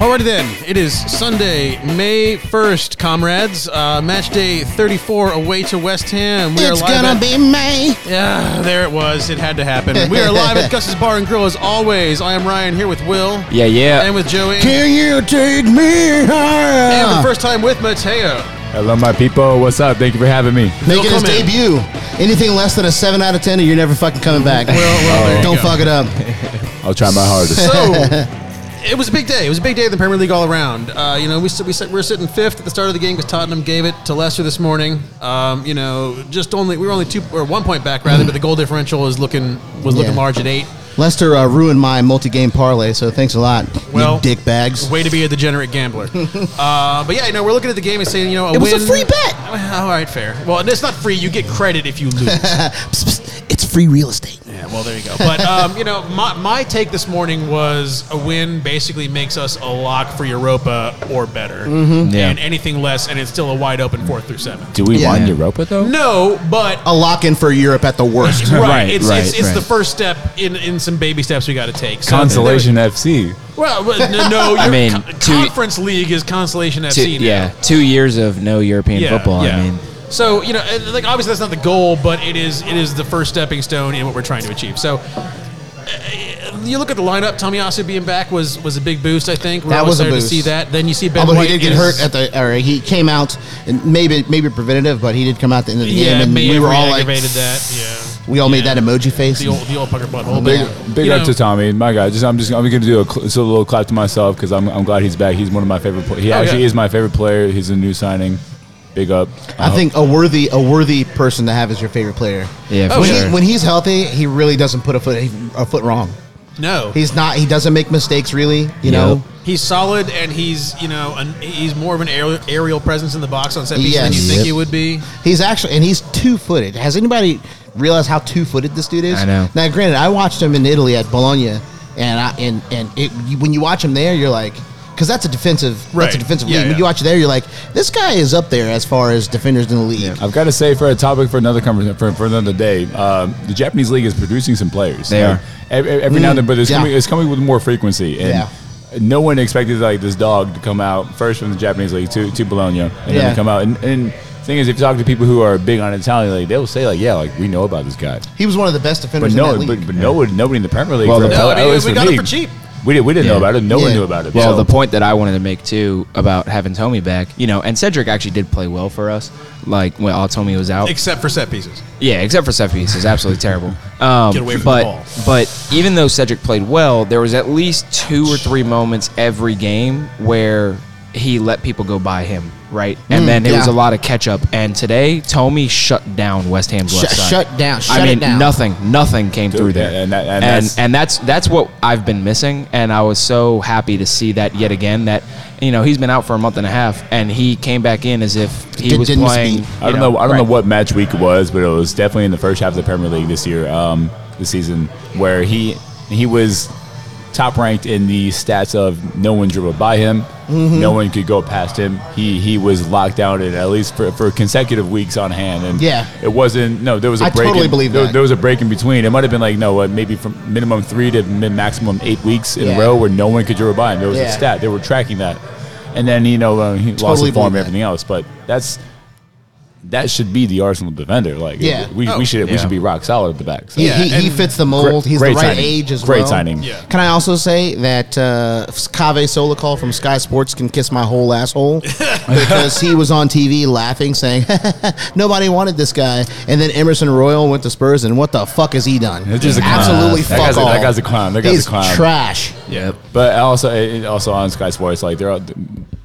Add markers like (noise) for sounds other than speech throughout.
Alrighty then, it is Sunday, May 1st, comrades. Uh, match day 34 away to West Ham. We It's are live gonna at- be me. Yeah, there it was. It had to happen. We are live (laughs) at Gus's Bar and Grill as always. I am Ryan here with Will Yeah, yeah. and with Joey. Can you take me And for the higher? first time with Mateo. Hello, my people. What's up? Thank you for having me. Bill, Making his come in. debut. Anything less than a seven out of ten, and you're never fucking coming back. well, Oh, there you Don't go. fuck (laughs) it up. I'll try my (laughs) hardest. So it was a big day. It was a big day in the Premier League all around. Uh, you know, we sit- we sit- we were sitting fifth at the start of the game because Tottenham gave it to Leicester this morning. Um, you know, just only we were only two or one point back rather, but the goal differential is looking was looking Yeah. large at eight. Lester uh, ruined my multi-game parlay, so thanks a lot, Well, you dick bags. Way to be a degenerate (laughs) gambler. uh, but yeah, you know, we're looking at the game and saying, you know, a It was a win- free bet. Well, All right, fair. Well, it's not free. You get credit if you lose. Psst, psst, it's free real estate. Yeah, well, there you go. But um, you know, my, my take this morning was a win basically makes us a lock for Europa or better, Yeah. and anything less, and it's still a wide open fourth through seven. Do we Yeah. want Europa though? No, but A lock in for Europe at the worst. right, Right, (laughs) it's, right, it's, it's the right. first step in, in some baby steps we got to take. So- Consolation FC. Well, well, no, no I your mean, co- two- conference league is consolation FC. two, now. yeah, two years of no European football. I mean, so you know, and, like obviously that's not the goal, but it is it is the first stepping stone in what we're trying to achieve. So. uh, You look at the lineup. Tomiyasu being back was was a big boost. I think we're That always was a there boost. to see that. Then you see Ben Although White he did get is- hurt at the, or he came out, and maybe maybe preventative, but he did come out at the end of the game, yeah, and maybe we were all like, aggravated that. Yeah, we all made that emoji face. the old the old pucker butthole. Big, but, big you up know, to Tommy, my guy. Just I'm just I'm gonna do a, cl- just a little clap to myself because I'm, I'm glad he's back. He's one of my favorite. Play- he Oh, actually yeah. is my favorite player. He's a new signing. Big up. I think Oh. a worthy a worthy person to have as your favorite player. Yeah, for when, sure. he, when he's healthy, he really doesn't put a foot a foot wrong. No, he's He's not. He doesn't make mistakes. Really, you know. he's solid and he's you know an, he's more of an aerial, aerial presence in the box on set piece than Yes. you think Yep. he would be. He's actually and he's two footed. Has anybody realized how two footed this dude is? I know. Now, granted, I watched him in Italy at Bologna, and I and and it, you, when you watch him there, you're like. Because that's a defensive, that's a Right. defensive Yeah, league. When yeah. you watch it there, you're like, this guy is up there as far as defenders in the league. I've got to say for a topic for another conversation for, for another day, um, the Japanese league is producing some players. They Like, are. ev- ev- every, now and then, but it's, yeah. coming, it's coming with more frequency. And Yeah. No one expected like this dog to come out first from the Japanese league to, to Bologna and then Yeah. to come out. And, and thing is, if you talk to people who are big on Italian, like they'll say like, yeah, like we know about this guy. He was one of the best But defenders in no, that league. but, but no one, nobody in the Premier League. Well, the- at No, least we got it me, for cheap. We did. We didn't know Yeah. about it. No one Yeah. knew about it. well, So- the point that I wanted to make too about having Tommy back, you know, and Cedric actually did play well for us. Like when all Tommy was out, Except for set pieces. yeah, except for set pieces, absolutely terrible. Um, Get away from the but ball. but even though Cedric played well, there was at least two or three moments every game where he let people go by him, right? And then it was Mm, yeah. a lot of catch up. And today, Tommy shut down West Ham's left Shut- side. shut down, shut I it mean, down. nothing, nothing came Dude, through there. and that- and and, that's- and that's that's what I've been missing. And I was so happy to see that yet again. That you know he's been out for a month and a half, and he came back in as if he Did- was didn't playing. speak. I you don't know. I don't know right. what match week it was, but it was definitely in the first half of the Premier League this year, um, this season, where he he was top ranked in the stats of no one dribbled by him, Mm-hmm. no one could go past him. He he was locked down in at least for, for consecutive weeks on hand, and Yeah. it wasn't. No, there was a I break. totally in, believe there, that. there was a break in between. It might have been like no, what, maybe from minimum three to min maximum eight weeks in Yeah. a row where no one could dribble by him. There was Yeah. a stat they were tracking that, and then you know uh, he lost Totally the form believe and that. everything else, but that's that should be the Arsenal defender. Like, Yeah. we, Oh, we should we yeah. should be rock solid at the back. So. He, Yeah, he, he and fits the mold. He's great the right signing. age as Great well. signing. Yeah. Can I also say that uh, Kave Solikol from Sky Sports can kiss my whole (laughs) asshole because he was on TV laughing, saying (laughs) nobody wanted this guy, and then Emerson Royal went to Spurs, and what the fuck has he done? That's just a clown. Absolutely That fuck guy's a- all. that guy's a clown. That guy's a He's clown. trash. (laughs) Yeah. But also it- also on Sky Sports, like they're all the,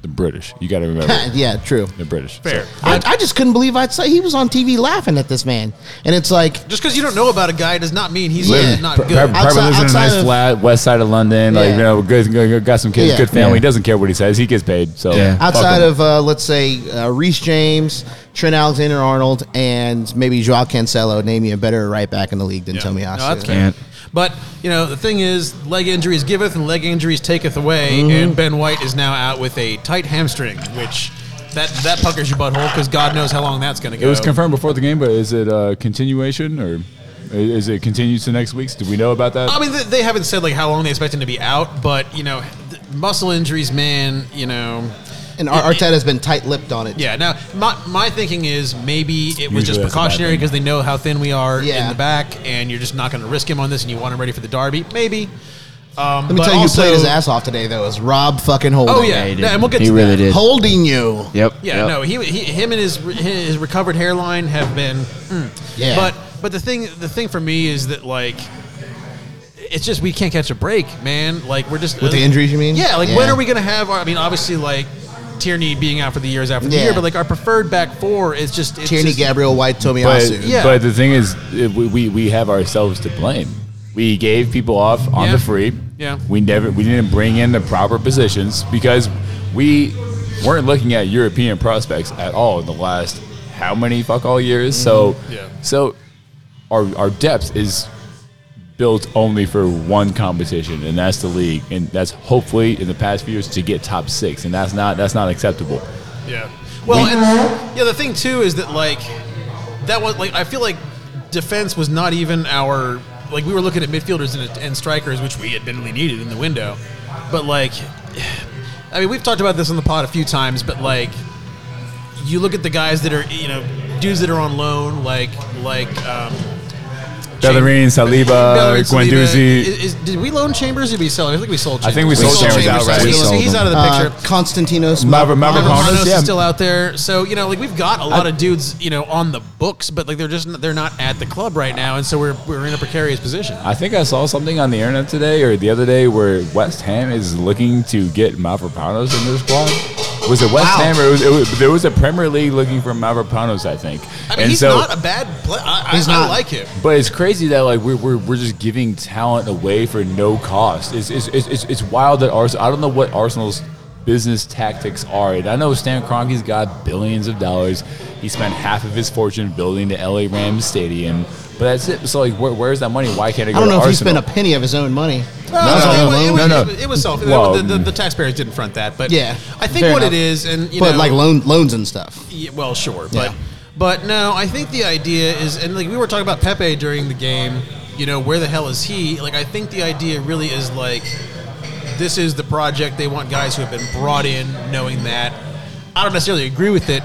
the British. You got to (laughs) remember yeah, true. the British. Fair. So, I, I just couldn't believe I'd say he was on TV laughing at this man, and it's like Just because you don't know about a guy does not mean he's Yeah. not pr- good. Probably Outside- lives in a outside nice of- flat west side of London. Like Yeah. you know, good, good- got some kids, Yeah. good family. Yeah. Doesn't care what he says. He gets paid. So Yeah. fuck outside him. of uh, let's say uh, Reese James, Trent Alexander Arnold, and maybe Joao Cancelo, name you a better right back in the league than Yeah. Tommy No, that's Tomiyasu. fair. Can't. But you know the thing is, leg injuries giveth and leg injuries taketh away. Mm-hmm. And Ben White is now out with a tight hamstring, which that that puckers your butthole because God knows how long that's going to it go. was confirmed before the game, but is it a continuation or is it continued to next week's? Do we know about that? I mean, they, they haven't said like how long they expect him to be out, but you know, th- muscle injuries, man. You know, And Ar- Arteta's been tight-lipped on it. yeah. Now, my, my thinking is maybe it was Usually that's a just bad precautionary thing. because they know how thin we are in Yeah. the back, and you're just not going to risk him on this, and you want him ready for the derby. Maybe. Um, Let me but tell you, also, who played his ass off today though is Rob fucking Holding. Oh yeah, he no, did. and we'll get He to really that. did. Holding you. Yep. Yeah, yep. no, he, he him and his his recovered hairline have been. mm. Yeah. But but the thing the thing for me is that like it's just we can't catch a break, man. Like we're just uh, With the injuries, you mean? Yeah, like Yeah. when are we gonna have? Our, I mean, obviously like Tierney being out for the year is out for the Yeah. year, but like our preferred back four is just it's Tierney, just- Gabriel, White, But, Tomiyasu. Yeah. but the thing is, uh, we, we, we have ourselves to blame. We gave people off on Yeah. the free. Yeah. We never we didn't bring in the proper positions because we weren't looking at European prospects at all in the last how many fuck all years. So Mm-hmm. Yeah. so our our depth is built only for one competition and that's the league and that's hopefully in the past few years to get top 6 and that's not that's not acceptable. Yeah. Well, and yeah, the thing too is that like that was like I feel like defense was not even our like we were looking at midfielders and, and strikers, which we admittedly needed in the window, but like (sighs) I mean we've talked about this on the pod a few times, but like you look at the guys that are you know dudes that are on loan like like um, Bellerin, Saliba, Bellerin, Saliba. Guendouzi. Is- is- did we loan Chambers? Did we sell? him? I think we sold. I Chambers. think we sold Chambers outright. so We sold he's him. out of the Uh, picture. Constantinos. Mavro- Mavro- Robert Mavropanos, Manos yeah. is still out there. So you know, like we've got a lot of dudes, you know, on the books, but like they're just they're not at the club right now, and so we're we're in a precarious position. I think I saw something on the internet today or the other day where West Ham is looking to get Mavropanos in their squad. Was it West Wow. Ham or it was, it was, there was a Premier League looking for Mavropanos? I think. I mean, he's not a bad player. I, He's I, I not. like him. but it's crazy that like we're, we're, we're just giving talent away for no cost. It's it's, it's, it's, it's wild that Arsenal. I don't know what Arsenal's business tactics are. And I know Stan Kroenke's got billions of dollars. He spent half of his fortune building the LA Rams stadium. But that's it. So like, where, where's that money? Why can't it I go don't to know if he Arsenal? spent a penny of his own money. it, no, was- no, it was, no, no. It was, it was self- Well, mm. the, the, the taxpayers didn't front that, but Yeah, I think fair what enough. it is, and you but know, like loan, loans and stuff. Yeah, well, sure, Yeah. but but no, I think the idea is, and like we were talking about Pepe during the game, you know, where the hell is he? Like, I think the idea really is like this is the project they want guys who have been brought in, knowing that. I don't necessarily agree with it.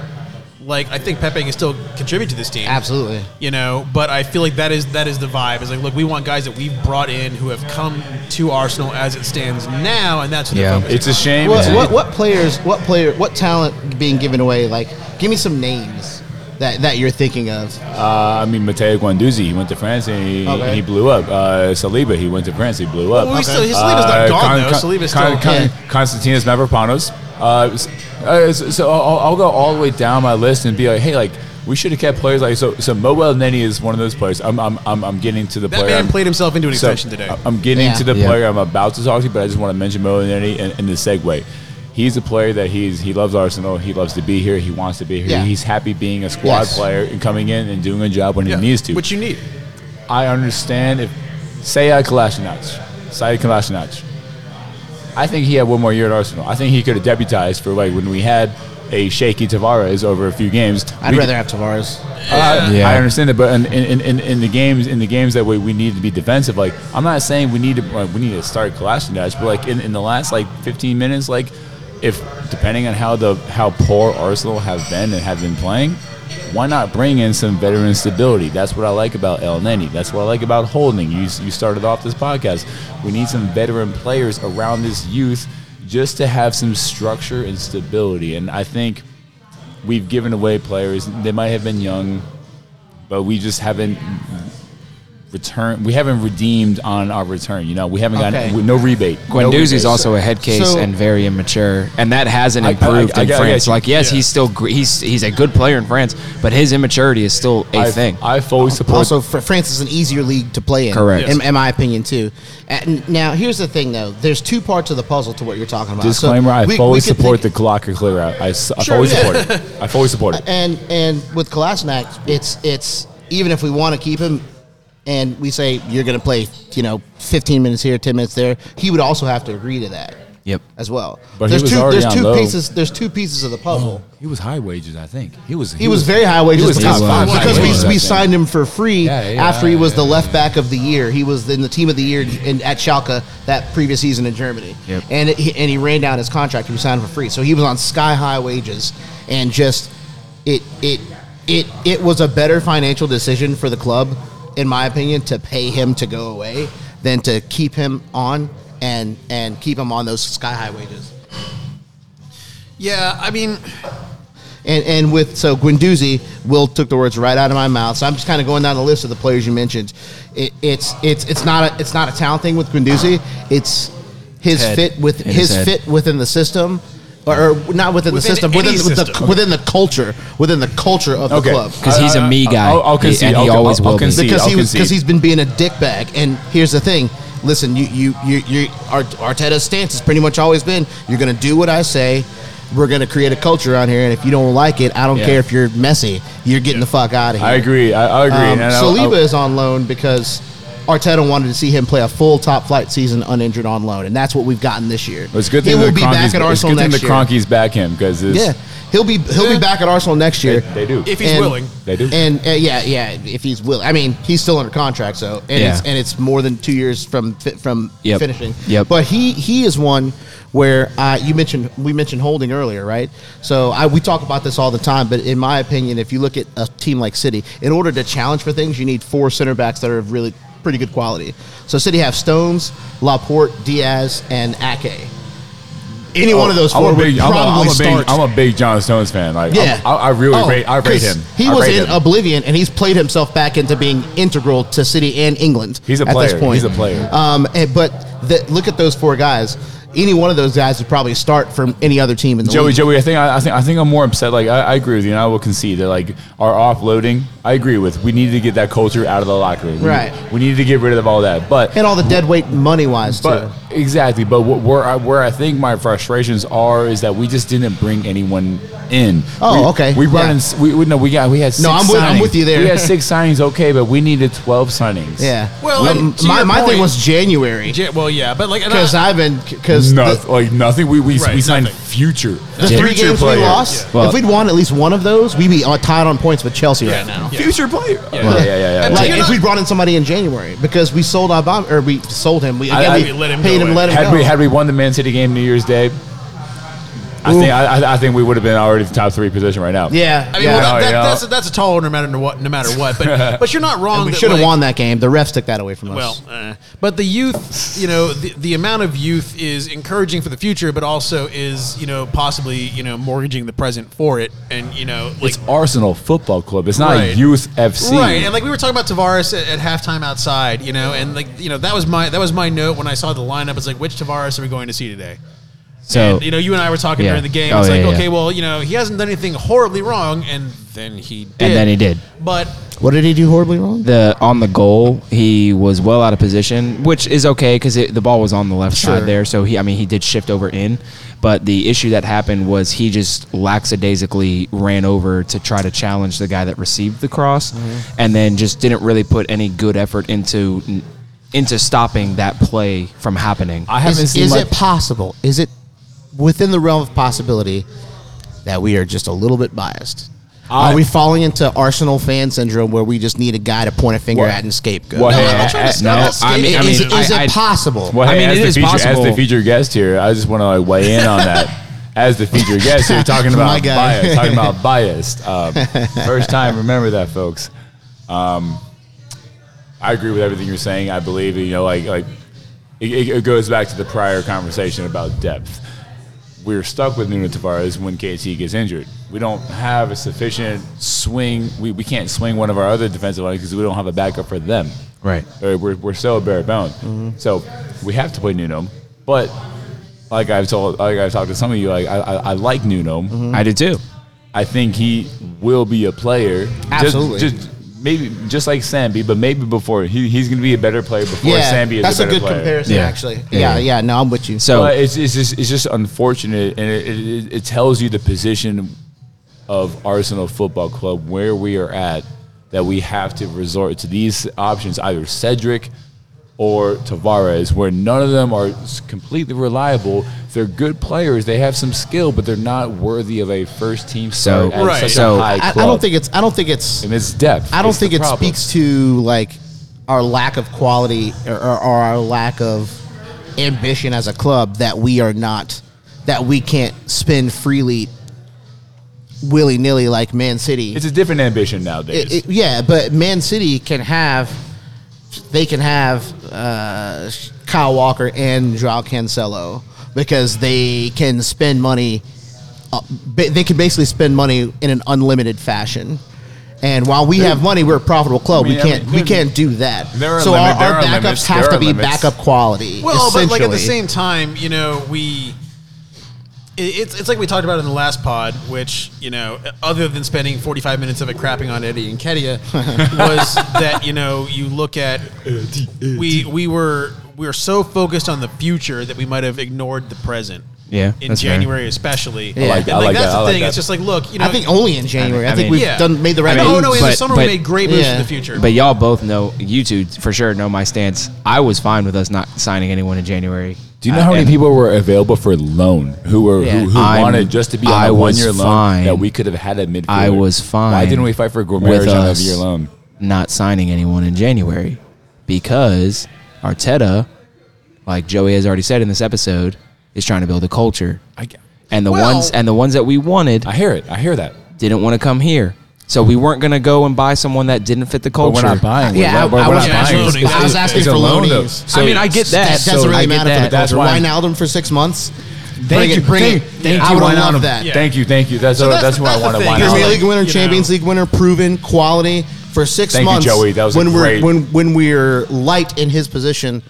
Like, I think Pepe can still contribute to this team, Absolutely. you know. But I feel like that is that is the vibe. Is like, look, we want guys that we've brought in who have come to Arsenal as it stands now, and that's what Yeah. they're focusing It's a shame. What, that- what what players? What player? What talent being given away? Like, give me some names that that you're thinking of. Uh, I mean, Matteo Guendouzi, he went to France and he, Okay. he blew up. Uh, Saliba, he went to France, he blew up. Uh, Well, we still- his Saliba's not gone, though. Saliba's still- Yeah. Constantinos Mavropanos. Uh, s- uh, so so I'll, I'll go all the way down my list and be like, hey, like, we should have kept players like so. So Moel Nenny is one of those players. I'm, I'm, I'm, I'm getting to the That player. man I'm- played himself into an so, extension today. I- I'm getting Yeah. to the Yeah. player I'm about to talk to, but I just want to mention Mo and in, in the segue. He's a player that he's he loves Arsenal. He loves to be here. He wants to be here. Yeah. He's happy being a squad Yes. player and coming in and doing a job when Yeah, he needs to. Which you need. I understand if uh, Saya Kalashnikov, Saya Kalashnikov. I think he had one more year at Arsenal. I think he could have deputized for like when we had a shaky Tavares over a few games. I'd We- rather have Tavares. uh, Yeah. I understand that, but in, in, in, in the games in the games that we, we need to be defensive. Like I'm not saying we need to like, we need to start Kalashnikov, but like in, in the last like 15 minutes, like if depending on how the how poor Arsenal have been and have been playing, why not bring in some veteran stability? That's what I like about El Nenny. That's what I like about Holding. You you started off this podcast. We need some veteran players around this youth just to have some structure and stability. And I think we've given away players. They might have been young, but we just haven't returned. We haven't redeemed on our return. You know, we haven't gotten Okay. no rebate. Guendouzi's no rebate. also a head case So- and very immature, and that hasn't I- I- improved I- I in get- I France. get you. Like, yes, Yeah. he's still gr- he's he's a good player in France, but his immaturity is still a I, thing. I fully support. Also, fr- France is an easier league to play in. Correct. In, in my opinion, too. And now, here's the thing, though. There's two parts of the puzzle to what you're talking about. So disclaimer: I we- fully we could support think- the Glocker clear out. I, s- I Sure, fully yeah. support it. I fully support it. and and with Kolasinac, it's it's even if we want to keep him, and we say you're going to play, you know, 15 minutes here, 10 minutes there, he would also have to agree to that. Yep. as well. But he there's was two. already There's on two low. pieces. There's two pieces of the puzzle. He was high wages, I think. He was. He was very high wages was because, top five because high we, wages, I we think. signed him for free Yeah, yeah, after he was yeah, the yeah. left back of the year. He was in the team of the year in, at Schalke that previous season in Germany, Yep. and it, he, and he ran down his contract. He signed for free, so he was on sky high wages, and just it it it it was a better financial decision for the club, in my opinion, to pay him to go away than to keep him on and and keep him on those sky high wages. Yeah, I mean, And and with so Guendouzi, Will took the words right out of my mouth. So I'm just kind of going down the list of the players you mentioned. It, it's it's it's not a it's not a talent thing with Guendouzi. It's his Head. fit with In his his, head. fit within the system, or, or not within, the Within system, any within the, system. With the, within the culture, within the culture of the Okay. club. Because he's a me I- I- guy. I'll- I'll concede. And he I'll- always I'll will be. concede. because he I'll was because concede. he's been being a dickbag. And here's the thing: listen, you you you you Art- Arteta's stance has pretty much always been: you're going to do what I say. We're going to create a culture on here, and if you don't like it, I don't Yeah. care if you're messy. You're getting the fuck out of here. I agree. I, I agree. Um, and I- Saliba I- is on loan because Arteta wanted to see him play a full top flight season uninjured on loan, and that's what we've gotten this year. It's a good he thing will the be Cronkies- back at it's a Arsenal good thing next the year. Cronkies back him because Yeah, he'll be he'll Yeah. be back at Arsenal next year. they do. if he's And- willing, they do. And uh, yeah, yeah, if he's will, I mean, he's still under contract, so and it's Yeah. and it's more than two years from fi- from Yep. finishing. Yep. But he he is one where uh, you mentioned we mentioned holding earlier, right? So I we talk about this all the time, but in my opinion, if you look at a team like City, in order to challenge for things, you need four center backs that are of really pretty good quality. So City have Stones, Laporte, Diaz, and Ake. Any one of those Oh, I'm four a big, would I'm a- I'm probably a big- start. I'm a big John Stones fan. Like, Yeah, I'm- Um, I, I really Oh, rate. I rate 'cause him. He I was rate in him. oblivion, and he's played himself back into being integral to City and England. He's a at this player. point. He's a player. Um, and, but the, look at those four guys. Any one of those guys would probably start from any other team in the Joey, league. Joey, I think I, I think I think I'm more upset. Like I, I agree with you, and I will concede that like our offloading, I agree with. We need to get that culture out of the locker room. We- Right. We, need to get rid of all that. But and all the dead weight money wise too. but exactly. But wh- where I, where I think my frustrations are is that we just didn't bring anyone in. Oh, We- okay, We brought yeah. in. s- We, we no, we got we had. Six No, I'm with- I'm signings. with you there. (laughs) We had six signings, okay, but we needed twelve signings. yeah. Well, Um, and to my, your my point- thing was January yeah, well, yeah, but like, and because I- I've been because No, the, like nothing. We we, Right, we signed nothing. future. the three future games player. we lost, Well- if we'd won at least one of those, we'd be uh, tied on points with Chelsea right now. Yeah. Future player. Yeah. yeah, yeah. yeah, yeah. And Like you're if not- we brought in somebody in January because we sold our bomb or we sold him, we, again, I- we We let him paid go him, in. let him Had go. we had we won the Man City game New Year's Day, I think I, I- I think we would have been already the top three position right now. yeah, I mean, yeah. well, that, Yeah. that, that's, a, that's a tall order, no matter what. No matter what, but but you're not wrong. we that, should have like- won that game. The refs took that away from us. Well, eh. but the youth, you know, the, the amount of youth is encouraging for the future, but also is you know possibly you know mortgaging the present for it, and you know like It's Arsenal Football Club. It's not Right. Youth FC. Right, and like we were talking about Tavares at, at halftime outside, you know, and like you know that was my that was my note when I saw the lineup. It's like which Tavares are we going to see today? So and, you know, you and I were talking Yeah. during the game. Oh, it's yeah, like yeah. okay, well, you know, he hasn't done anything horribly wrong, and then he did. then he did. But what did he do horribly wrong? the on the goal, he was well out of position, which is okay because the ball was on the left Sure. side there. So he, I mean, he did shift over in, but the issue that happened was he just lackadaisically ran over to try to challenge the guy that received the cross, Mm-hmm. and then just didn't really put any good effort into into stopping that play from happening. I haven't Is, seen. is my- it possible? Is it within the realm of possibility that we are just a little bit biased? I- are we falling into Arsenal fan syndrome where we just need a guy to point a finger Well- at and scapegoat? well, hey, I'm not trying to- Uh, no, I'm not I mean, I is, mean, is it I- I- possible? Well, I hey, mean, as it the is feature, As the possible. feature guest here, I just want to like weigh (laughs) in on that. As the feature guest here, (laughs) talking My about guy. bias, (laughs) talking about biased. Um, first time, remember that, folks. Um, I agree with everything you're saying. I believe you know, like like it, it- it goes back to the prior conversation about depth. We're stuck with Nuno Tavares when KT gets injured. We don't have a sufficient swing. We, we can't swing one of our other defensive lines because we don't have a backup for them. right. Uh, We're, we're still bare bones. Mm-hmm. So we have to play Nuno. But like I've told, like I've talked to some of you, like I, I, I like Nuno. Mm-hmm. I did too. I think he will be a player. Just- Absolutely. Just, maybe just like Sambi, but maybe before he, he's going to be a better player before Sambi is that's a a, better good player. comparison, Yeah. actually. Yeah, Yeah, yeah, yeah. No, I'm with you. So But it's, it's just it's just unfortunate, and it, it, it tells you the position of Arsenal Football Club where we are at. That we have to resort to these options, either Cedric or Tavares, where none of them are s- completely reliable. They're good players. They have some skill, but they're not worthy of a first team So- start at Right. such So- a high I, I club. don't think it's. I don't think it's. and it's depth. I don't It's the think it problem. speaks to like our lack of quality or, or, or our lack of ambition as a club that we are not that we can't spend freely willy nilly like Man City. It's a different ambition nowadays. It- it- yeah, but Man City can have they can have uh, Kyle Walker and Joao Cancelo because they can spend money. Uh, ba- they can basically spend money in an unlimited fashion. And while we have money, we're a profitable club. I mean, we I mean, can't we good. can't do that. There are so limit- our, there our are backups limits, have there to are be limits. backup quality. Well, but like at the essentially. same time, you know, we it- it's it's like we talked about in the last pod, which you know, other than spending forty five minutes of it crapping on Eddie and (laughs) Kedia, was that you know you look at we we were we were so focused on the future that we might have ignored the present. Yeah, in that's fair. January especially. I like And, that, I like that's that, I the like thing. that. It's just like look, you know, I think only in January. I, I think mean- we've yeah. done made the right. I mean, oh moves, no, in the but- summer we but- made great moves Yeah. for the future. But y'all both know, you two for sure know my stance. I was fine with us not signing anyone in January. Uh, Do you know how many people? people were available for loan who were Yeah. who, who I'm- wanted just to be on I a was one year fine. loan that we could have had a midfielder? I was fine. Why didn't we fight for with Gourmet on a us year loan? Not signing anyone in January because Arteta, like Joey has already said in this episode, is trying to build a culture. I, And the Well- ones and the ones that we wanted I hear it. I hear that. didn't want to come here. So we weren't going to go and buy someone that didn't fit the But culture. we're not buying. We're Yeah, not- I- we're I not was buying. asking- It's- I was it's- asking it's a for loan, loanies. though. I mean, I get that. That doesn't so I really get matter for the that. culture. That's why- Wijnaldum for six months. Bring Thank you, it- bring thank, it. thank I you. would Why love not? that. Yeah. Thank you, thank you. That's So that's, that's- that's where I that's want the to thing. wind Here's Premier Now, League like, winner, you know- Champions League winner, proven quality for six Thank you, months. Joey. That was a when great- we're when when we're light in his position.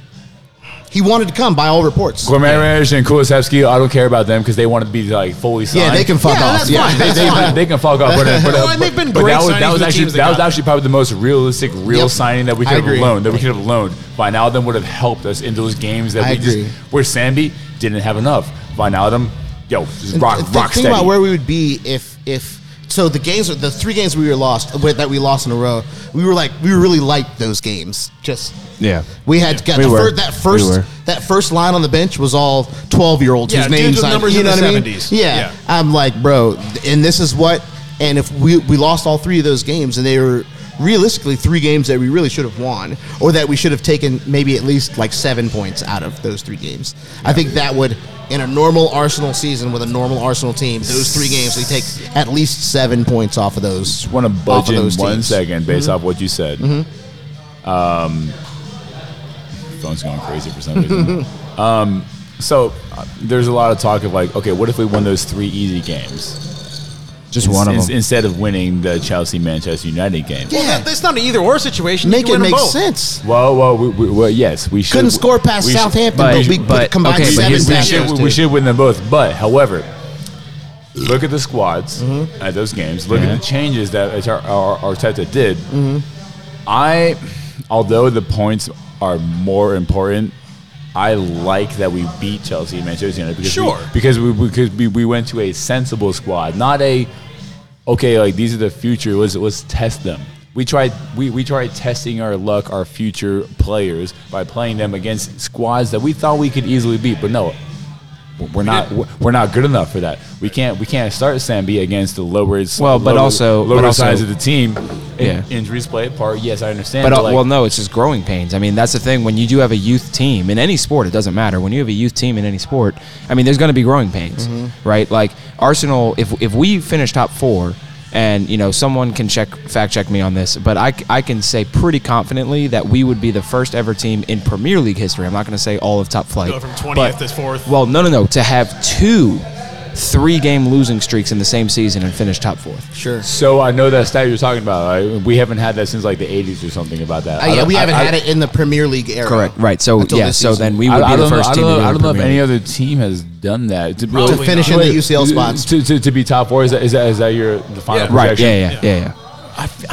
He wanted to come by all reports. Gourmet and Kulisevsky, I don't care about them because they want to be like fully signed. Yeah, they can fuck Yeah, off. that's yeah, fine. That's they, they, they can fuck off. But, uh, but, Well, and they've been but great that was, signings that was with actually teams that that was got- actually probably the most realistic real Yep. signing that we I could have agree. loaned that we could have loaned. Vinaldum would have helped us in those games that I we agree. just where Sambi didn't have enough. Vinaldum, yo, just rock Th- think rock steady. about where we would be if if so the games the three games we were lost with that we lost in a row we were like we really liked those games just Yeah. we had got We the were. Fir- that We first were. that first line on the bench was all 12 year olds Yeah, whose dudes names with I, numbers you in know the what I mean? 70s. Yeah. Yeah. I'm like bro and this is what and if we we lost all three of those games and they were realistically three games that we really should have won or that we should have taken maybe at least like 7 points out of those three games I think that would in a normal Arsenal season with a normal Arsenal team, those three games we take at least seven points off of those. want to off budge of in those one teams. Mm-hmm. second based off what you said. Um, phone's going crazy for some reason. (laughs) um, so uh, there's a lot of talk of like, okay, what if we won those three easy games Just one of Ins- them. instead of winning the Chelsea Manchester United game? well, Yeah. that, that's not an either or situation. You Make can it win 'em make both. sense. Well, well, we, we, well, yes, we should. couldn't score past we should- Southampton, but- but, we but- combined okay, but we, seven here's- we, passes. should, we dude. should win them both. But, however, look at the squads Mm-hmm. at those games. Look Yeah. at the changes that our, our, Arteta did. Mm-hmm. I, although the points are more important, I like that we beat Chelsea and Manchester United because Sure. we, because we because we, we went to a sensible squad, not a okay like these are the future. Let's let's test them. We tried we, we tried testing our luck, our future players by playing them against squads that we thought we could easily beat, but no, we're not we're not good enough for that. We can't we can't start Sambi against the lower Well, but lower- also- lower but also- sides of the team. Yeah. Yeah. injuries play a part. Yes, I understand. But But, uh, like, well, no, it's just growing pains. I mean, that's the thing. When you do have a youth team in any sport, it doesn't matter. When you have a youth team in any sport, I mean, there's going to be growing pains, right? Like Arsenal, if if we finish top four, and you know, someone can check fact check me on this, but I c- I can say pretty confidently that we would be the first ever team in Premier League history. I'm not going to say all of top flight. Go from but- 20th to 4th. Well, no, no, no. To have two. Three game losing streaks in the same season and finish top fourth. Sure. So I know that stat you're talking about. I, we haven't had that since like the 80s or something about that. Uh, I yeah, don't- we I- haven't I- had it in the Premier League era. Correct. Right. So Until yeah. this So season. then we I- would I be the don't know- first I team. don't to know, do I the don't know if Premier any League. other team has done that to, Probably To finish not. in the Wait, UCL spots. To, to, to be top four is that, is that is that your the final Yeah. Right. projection? Yeah. Yeah. Yeah. Yeah.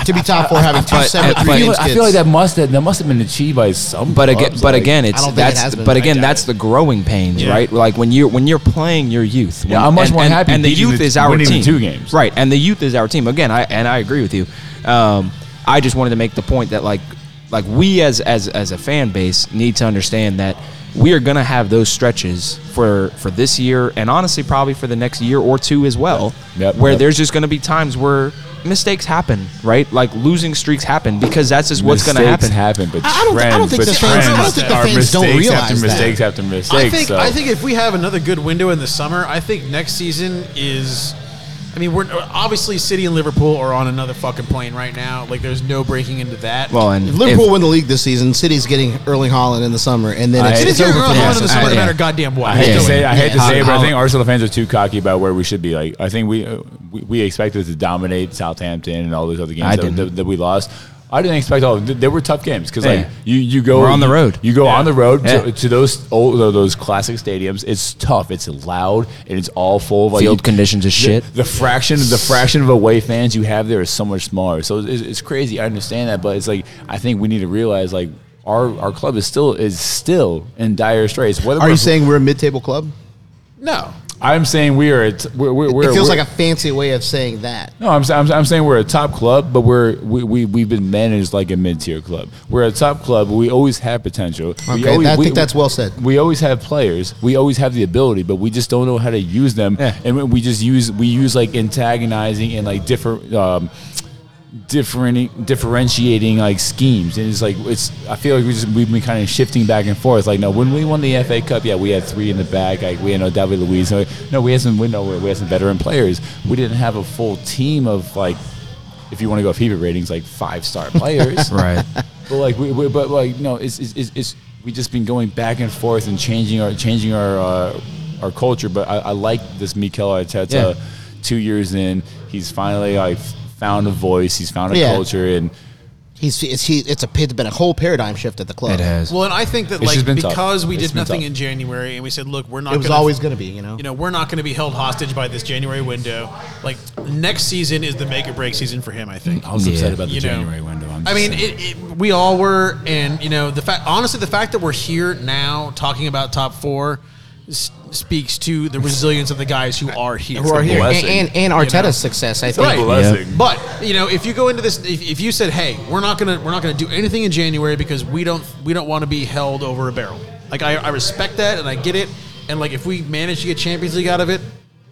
To be top four, having two but- separate but- three I feel, games like, I kids. feel like that must have that must have been achieved by some. But again, clubs, but like- again, it's I don't think it that's has been. but I again doubt that's it. the growing pains, Yeah. right? Like when you're when you're playing your youth. Yeah, when- I'm much and- more and- happy And the beating youth the- is our winning the team. two games. right? And the youth is our team again. I and I agree with you. Um, I just wanted to make the point that like like we as as as a fan base need to understand that we are going to have those stretches for for this year and honestly probably for the next year or two as well Yep, where yep. there's just going to be times where mistakes happen right like losing streaks happen because that's just what's going to happen Happen, but I- I don't thi- I trends, don't think but the fans- I don't trends think the are fans don't mistakes realize after that. mistakes after mistakes. I think so. I think if we have another good window in the summer, I think next season is. I mean, we're obviously City and Liverpool are on another fucking plane right now. Like, there's no breaking into that. well and If if- Liverpool win the league this season, City's getting Erling Holland in the summer, and then I- it's, City's it's getting over for Erling the Haaland rest in the of the summer, season. no yeah. matter goddamn what. I hate to Still say, win. I hate to Yeah. say, it, but I How- think Arsenal fans are too cocky about where we should be. Like, I think we uh, we, we expected to dominate Southampton and all those other games I that, didn't. that, that we lost. I didn't expect all. th- They were tough games because like Yeah. you, you go We're on the you- road. You go on the road Yeah. to, to those old those classic stadiums. It's tough. It's loud and it's all full of like Field you- conditions is the- shit. The fraction the fraction of away fans you have there is so much smaller. So it's, it's crazy. I understand that, but it's like I think we need to realize like our our club is still is still in dire straits. Whether Are we're- you saying we're a mid-table club? no. I'm saying we are. At, we're, we're, we're, It feels we're- like a fancy way of saying that. no. I'm, sa- I'm, I'm saying we're a top club, but we're we we we have been managed like a mid tier club. We're a top club. but We always have potential. we Okay, always, I we- think that's well said. We always have players. We always have the ability, but we just don't know how to use them. Yeah. And we- we just use we use like antagonizing and like different. Um, different differentiating like schemes and it's like it's i feel like we just we've been kind of shifting back and forth like no when we won the fa cup yeah we had three in the back like we had no david luis no, no we had some we, no, we had some veteran players we didn't have a full team of like if you want to go fever ratings like five star (laughs) players right (laughs) but like we, we but like no it's it's, it's, it's we just been going back and forth and changing our changing our uh, our culture but I, I like this Mikel Arteta Yeah. two years in he's finally like found a voice he's found a Yeah. culture and He's, it's, he, it's a it's been a whole paradigm shift at the club. it has Well, and I think that It's like just been tough. because we It's did been nothing tough. in January and we said, look, we're not. It was gonna, always going to be, you know. You know, we're not going to be held hostage by this January window. Like next season is the make or break season for him. I think. I was Yeah. upset about the You know, January window I'm I just mean, saying. it, it, we all were, and you know, the fact, honestly, the fact that we're here now talking about top four s- speaks to the resilience of the guys who are here. Who are here and, blessing. and, and Arteta's success? I think. Right. Blessing. But you know, if you go into this, if, if you said, "Hey, we're not gonna we're not gonna do anything in January because we don't we don't want to be held over a barrel," like I, I respect that and I get it, and like if we manage to get Champions League out of it,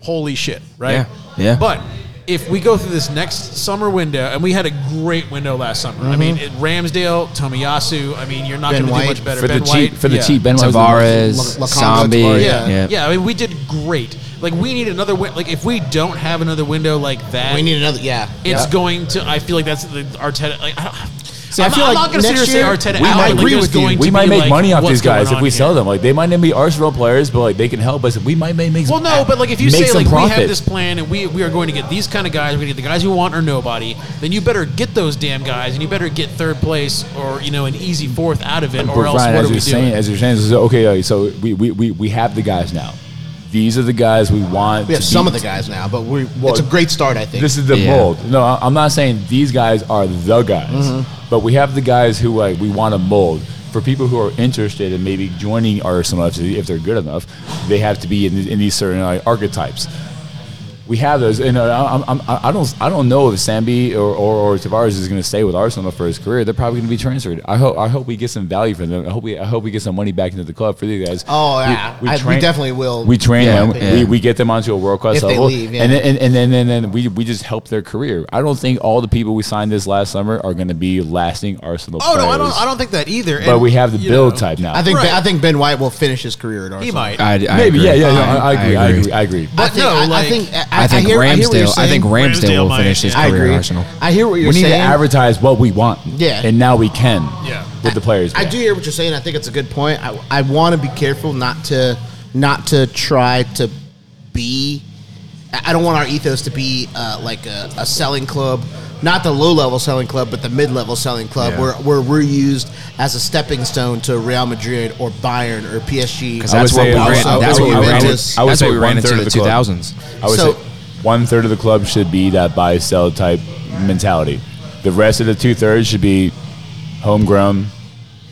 holy shit, right? Yeah, yeah. But if we go through this next summer window, and we had a great window last summer. I mean, it, Ramsdale, Tomiyasu. I mean, you're not Ben gonna White. do much better for ben the cheap White, for the yeah. cheap Ben White was the- Tavares, Lakonga, Zombie, Tavares, Yeah. yeah. yeah, I mean, we did great. Like we need another win. Like if we don't have another window like that, We need another. Yeah. it's Yeah. going to. I feel like that's the Arteta. Like, I don't, See, I I'm, feel I'm like not going to sit here next and say year, Arteta. we out, might like, agree there's with you. going we to might be make like, money off what's these guys going if on we sell here? them like they might not be Arsenal players but like they can help us and we might make make Well, no, but like if you make say some like we have profit. this plan and we we are going to get these kind of guys, we're going to get the guys you want or nobody, then you better get those damn guys and you better get third place or you know an easy fourth out of it, But or else Ryan, what as are we you're saying, doing? as you're saying, so, okay, okay, so we, we, we, we have the guys now. These are the guys we want. We have to some of be- the guys now, but we. Well, it's a great start, I think. This is the Yeah. mold. No, I- I'm not saying these guys are the guys, Mm-hmm. but we have the guys who like we want to mold. For people who are interested in maybe joining Arsenal, if they- if they're good enough, they have to be in, in these certain like, archetypes. We have those, and uh, I'm, I'm, I don't, I don't know if Sambi or, or, or Tavares is going to stay with Arsenal for his career. They're probably going to be transferred. I hope, I hope we get some value for them. I hope we, I hope we get some money back into the club for these guys. Oh, yeah. I- we definitely will. We train Yeah, I them. think- We, we get them onto a world class If they level, leave, yeah. and then and, and then and then we, we just help their career. I don't think all the people we signed this last summer are going to be lasting Arsenal. Oh players. no, I don't. I don't think that either. But we have the build type now. I think. Right. I think Ben White will finish his career at Arsenal. He might. I, I Maybe. agree. Yeah. Yeah. yeah I, I agree. I agree. I agree. But I think, no, I, like- I think. I, I think hear, I hear what you're Ramsdale. I, saying. think Ramsdale, Ramsdale will might, finish his yeah. I career agree. at Arsenal. I hear what you're We need saying. to advertise what we want. Yeah. And now we can. Yeah. With the players. we I have. do hear what you're saying. I think it's a good point. I, I want to be careful not to not to try to be. I I don't want our ethos to be uh, like a, a selling club, not the low level selling club, but the mid level selling club, Yeah. where where we're used as a stepping stone to Real Madrid or Bayern or PSG. Because I that's would what say we I ran. would- I That's would- what I we would- ran I into. would- That's I would what say we ran into one-third in the of the two club. thousands. I would So- say one third of the club should be that buy sell type mentality. The rest of the two thirds should be homegrown,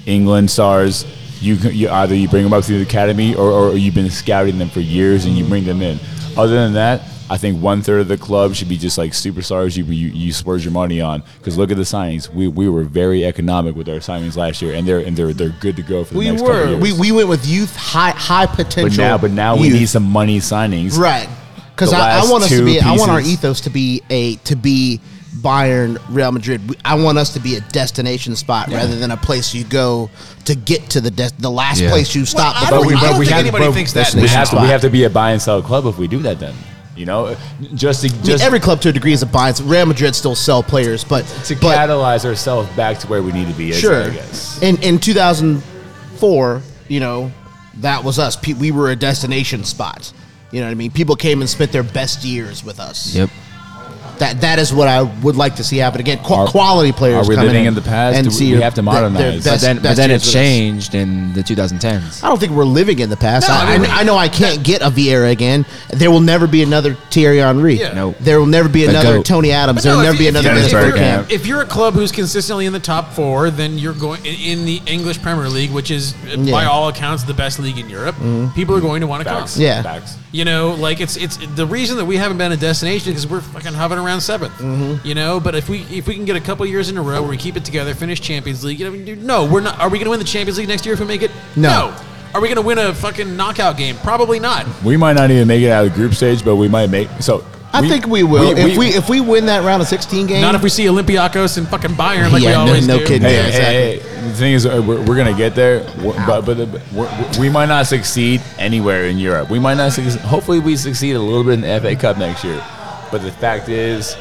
England stars. You, can- you either you bring them up through the academy or, or you've been scouting them for years and you bring them in. Other than that, I think one third of the club should be just like superstars you you, you splurge your money on because look at the signings. We, we were very economic with our signings last year, and they're and they're they're good to go for the We next couple were. years. We, we went with youth, high high potential. but now but now we youth. need some money signings. right because The I, I last want us to two be. I want our pieces. ethos to be a to be Bayern, Real Madrid. We- I want us to be a destination spot rather than a place you go to get to the des the last Yeah. place you stop. I before don't- you I get don't to think the- anybody thinks that We now. have to we have to be a buy and sell club if we do that then. You know, just to I mean, just every club to a degree is a buy. Real Madrid still sell players, but to but catalyze ourselves back to where we need to be. is- sure. I guess. In in 2004, you know, that was us. Pe- We were a destination spot. You know what I mean? People came and spent their best years with us. Yep. That that is what I would like to see happen again. Qu- Are- quality players. are we come living in the past? Do we- we your- have to their- their modernize. But But best- then, but best then it years with us. changed in the 2010s. I don't think we're living in the past. No, I, I mean, I, I know I can't get a Vieira again. There will never be another Thierry Henry. Yeah. Nope. There will never be The another GOAT. Tony Adams. But There will no, never if be you- another if you- Dennis if you're- Mr. Bergkamp. Bergkamp. If you're a club who's consistently in the top four, then you're going in, in the English Premier League, which is uh, by Yeah. all accounts the best league in Europe. People are going to want to come. Facts. Yeah. Facts. You know, like it's it's the reason that we haven't been a destination because we're fucking hovering around 7th Mm-hmm. You know, but if we if we can get a couple years in a row where we keep it together, finish Champions League, you know, dude, no, we're not. Are we going to win the Champions League next year if we make it? No. Are we going to win a fucking knockout game? Probably not. We might not even make it out of the group stage, but we might make. So I think we will if we if we win that round of 16 game. Not if we see Olympiacos and fucking Bayern like we Yeah, no- always no do. kidding. Hey, Yeah, hey, hey, the thing is, uh, we're, we're gonna get there, We're- but but, but we're, we might not succeed anywhere in Europe. We might not. Succeed, hopefully, we succeed a little bit in the FA Cup next year. But the fact is,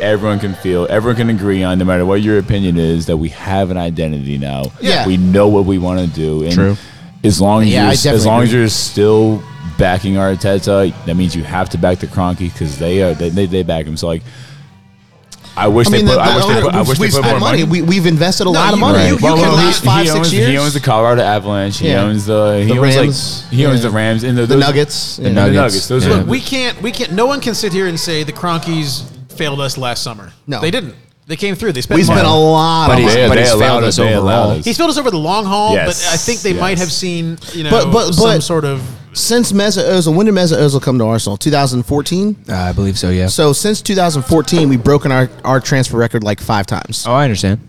everyone can feel, everyone can agree on, no matter what your opinion is, that we have an identity now. Yeah. we know what we want to do. And True. As long as Yeah, I you're, as definitely long as agree. you're still backing Arteta, that means you have to back the Cronky because they are they, they, they back him. So like. I wish I mean, they the, put. I the wish they owner, put. I wish we've, they we've put spent more money. money. We, we've invested a lot of you- money. right. You, you Well, can well, last he, five, he six owns, years. He owns the Colorado Avalanche. He Yeah. owns the he The owns Rams. Like, he owns Yeah. the Rams and the, the those- Nuggets. and Nuggets. the Nuggets. Those Yeah. are Look, we can't. We can't. No one can sit here and say the Cronkies failed us last summer. No. they didn't. They came through. They spent. We money. spent a lot But of he's- money. they, but they he's allowed failed it, us they allowed overall. us. He's failed us over the long haul, Yes, but I think they yes. might have seen you know But- but- some but- sort of. Since Meza Ozil, when did Meza Ozil come to Arsenal? 2014. Uh, I believe so. Yeah. So since 2014, we've broken our, our transfer record like five times. oh, I understand.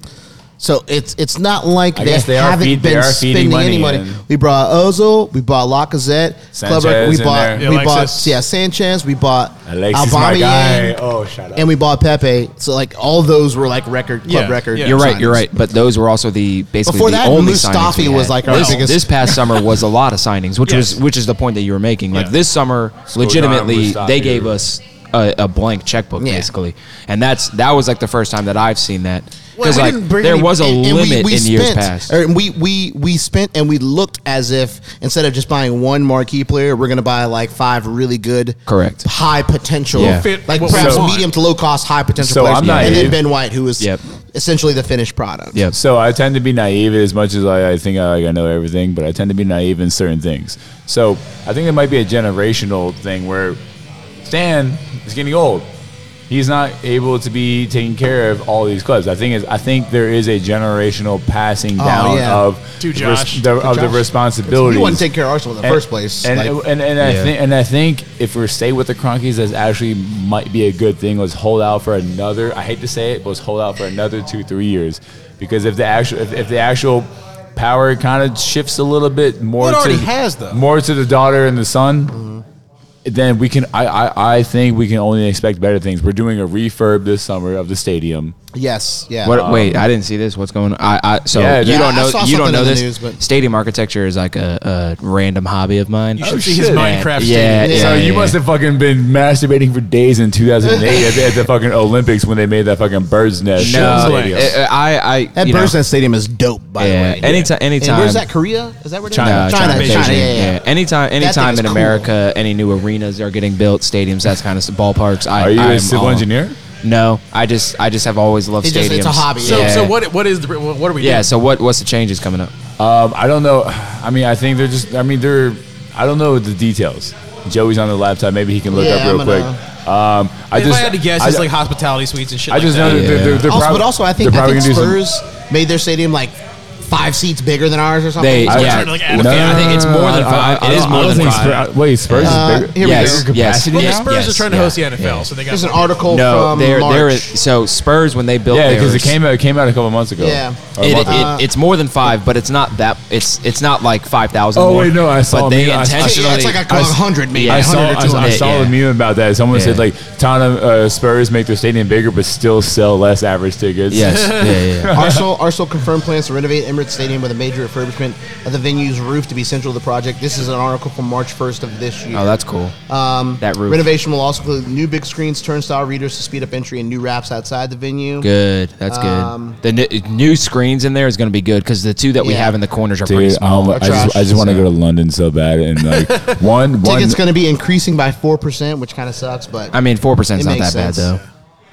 So it's it's not like I they, guess they are haven't feed- they been are spending feeding money any money. in. We brought Ozil, we bought Lacazette, Sanchez record- we in bought there. we Alexis. bought yeah Sanchez, we bought Alexis, my guy. Aubameyang, Oh, shut up. and we bought Pepe. So like all those were like record club Yeah, record. yeah. You're right. signings. You're right. But those were also the basically Before the that, only Mustafi signings we was had. like our this, biggest- This past summer was a lot of signings, which Yes. was which is the point that you were making. Like Yeah. this summer, Schooljob, legitimately, Mustafi. they gave us a, a blank checkbook Yeah. basically, and that's that was like the first time that I've seen that Well, because we like didn't there was a and- and we- limit we in years spent- er past. or we, we we spent and we looked as if instead of just buying one marquee player, we're going to buy like five really good, Correct. high potential, Yeah. Fit like what we perhaps want. medium to low cost, high potential So players, I'm not and then naive. Ben White, who is Yep. essentially the finished product. Yep. So I tend to be naive as much as I, I think I, like, I know everything, but I tend to be naive in certain things. So I think it might be a generational thing where Stan is getting old. He's not able to be taking care of all these clubs. I think is I think there is a generational passing down Oh, yeah. of To res- Josh. the, of the Josh. responsibilities. You wouldn't take care of Arsenal in the And- first place. And like- and, and I Yeah. think and I think if we stay with the Cronkies, that's actually might be a good thing. Let's hold out for another. I hate to say it, but let's hold out for another two three years because if the actual if, if the actual power kind of shifts a little bit more, It to, already has, though. more to the daughter and the son. Then we can. I, I I think we can only expect better things. We're doing a refurb this summer of the stadium. yes, yeah. Uh, What, wait, I didn't see this. What's going on? I, I so Yeah, you yeah, don't I know saw you don't something know in the this. news, but- Stadium architecture is like a, a random hobby of mine. You should see his shit, man. Minecraft. Yeah, stadium. yeah. so you must have fucking been masturbating for days in 2008 at, the, at the fucking Olympics when they made that fucking bird's nest. No, stadium. it- it- I, I, that you know, Burns Nest Stadium is dope, by Yeah. the way. Anytime, And anytime. where's that? Korea? Is that where they're- China. China, China, Beijing, China, yeah, yeah, yeah. Anytime, anytime is in cool. America, any new arenas are getting built, stadiums, that's kind of ballparks. I, Are you a I'm civil all- engineer? No, I just, I just have always loved It stadiums. just- it's a hobby. So yeah. so what what is the what are we? Yeah. doing? So what? What's the changes coming up? Um, I don't know. (sighs) I mean, I think they're just. I mean, they're. I don't know the details. Joey's on the laptop. Maybe he can look Yeah, up real I'm quick. gonna- Um, I if just. I had to guess, it's like hospitality suites and shit. I like just that. know that Yeah. they're, they're, they're Also, prob- but also, I think, they're I probably think gonna do some- Spurs made their stadium like five seats bigger than ours or something? They I- yeah. I- like, add a fan. I think it's more than five. It is don't- more don't than think five. Spurs- wait, Spurs Uh, is bigger. here we Yes, go. yes. Capacity Well, the now? Spurs are yes, trying to host yeah, the NFL, so they got There's an more people. article No, from there March. there is so Spurs when they built Yeah, theirs, because it came out, it came out a couple months ago. Yeah. Or a It, month it, ago. Uh, it's more than five, but it's not that. It's it's not like five thousand. Oh, wait, no, I saw But a they meme. I- intentionally. Yeah, it's like a I s- hundred, maybe. Yeah, I saw, 100 I, or (laughs) 200. I saw Yeah. a meme about that. Someone said Yeah. like Tottenham uh, Spurs make their stadium bigger but still sell less average (laughs) tickets. (laughs) yes, yeah, yeah, yeah. Arsenal, Arsenal confirmed plans to renovate Emirates Stadium with a major refurbishment of the venue's roof to be central to the project. This is an article from March 1st of this year. Oh, that's cool. um, that roof. Renovation will also include new big screens, turnstile readers to speed up entry, and new wraps outside the venue. Good. That's good. Um, the n- new screens in there is going to be good because the two that we Yeah. have in the corners are pretty Dude, small. um, I trash. just, I just want to go to London so bad and (laughs) like one one. Tickets going to be increasing by four percent, which kind of sucks. But I mean, four percent is It not that makes sense. bad though.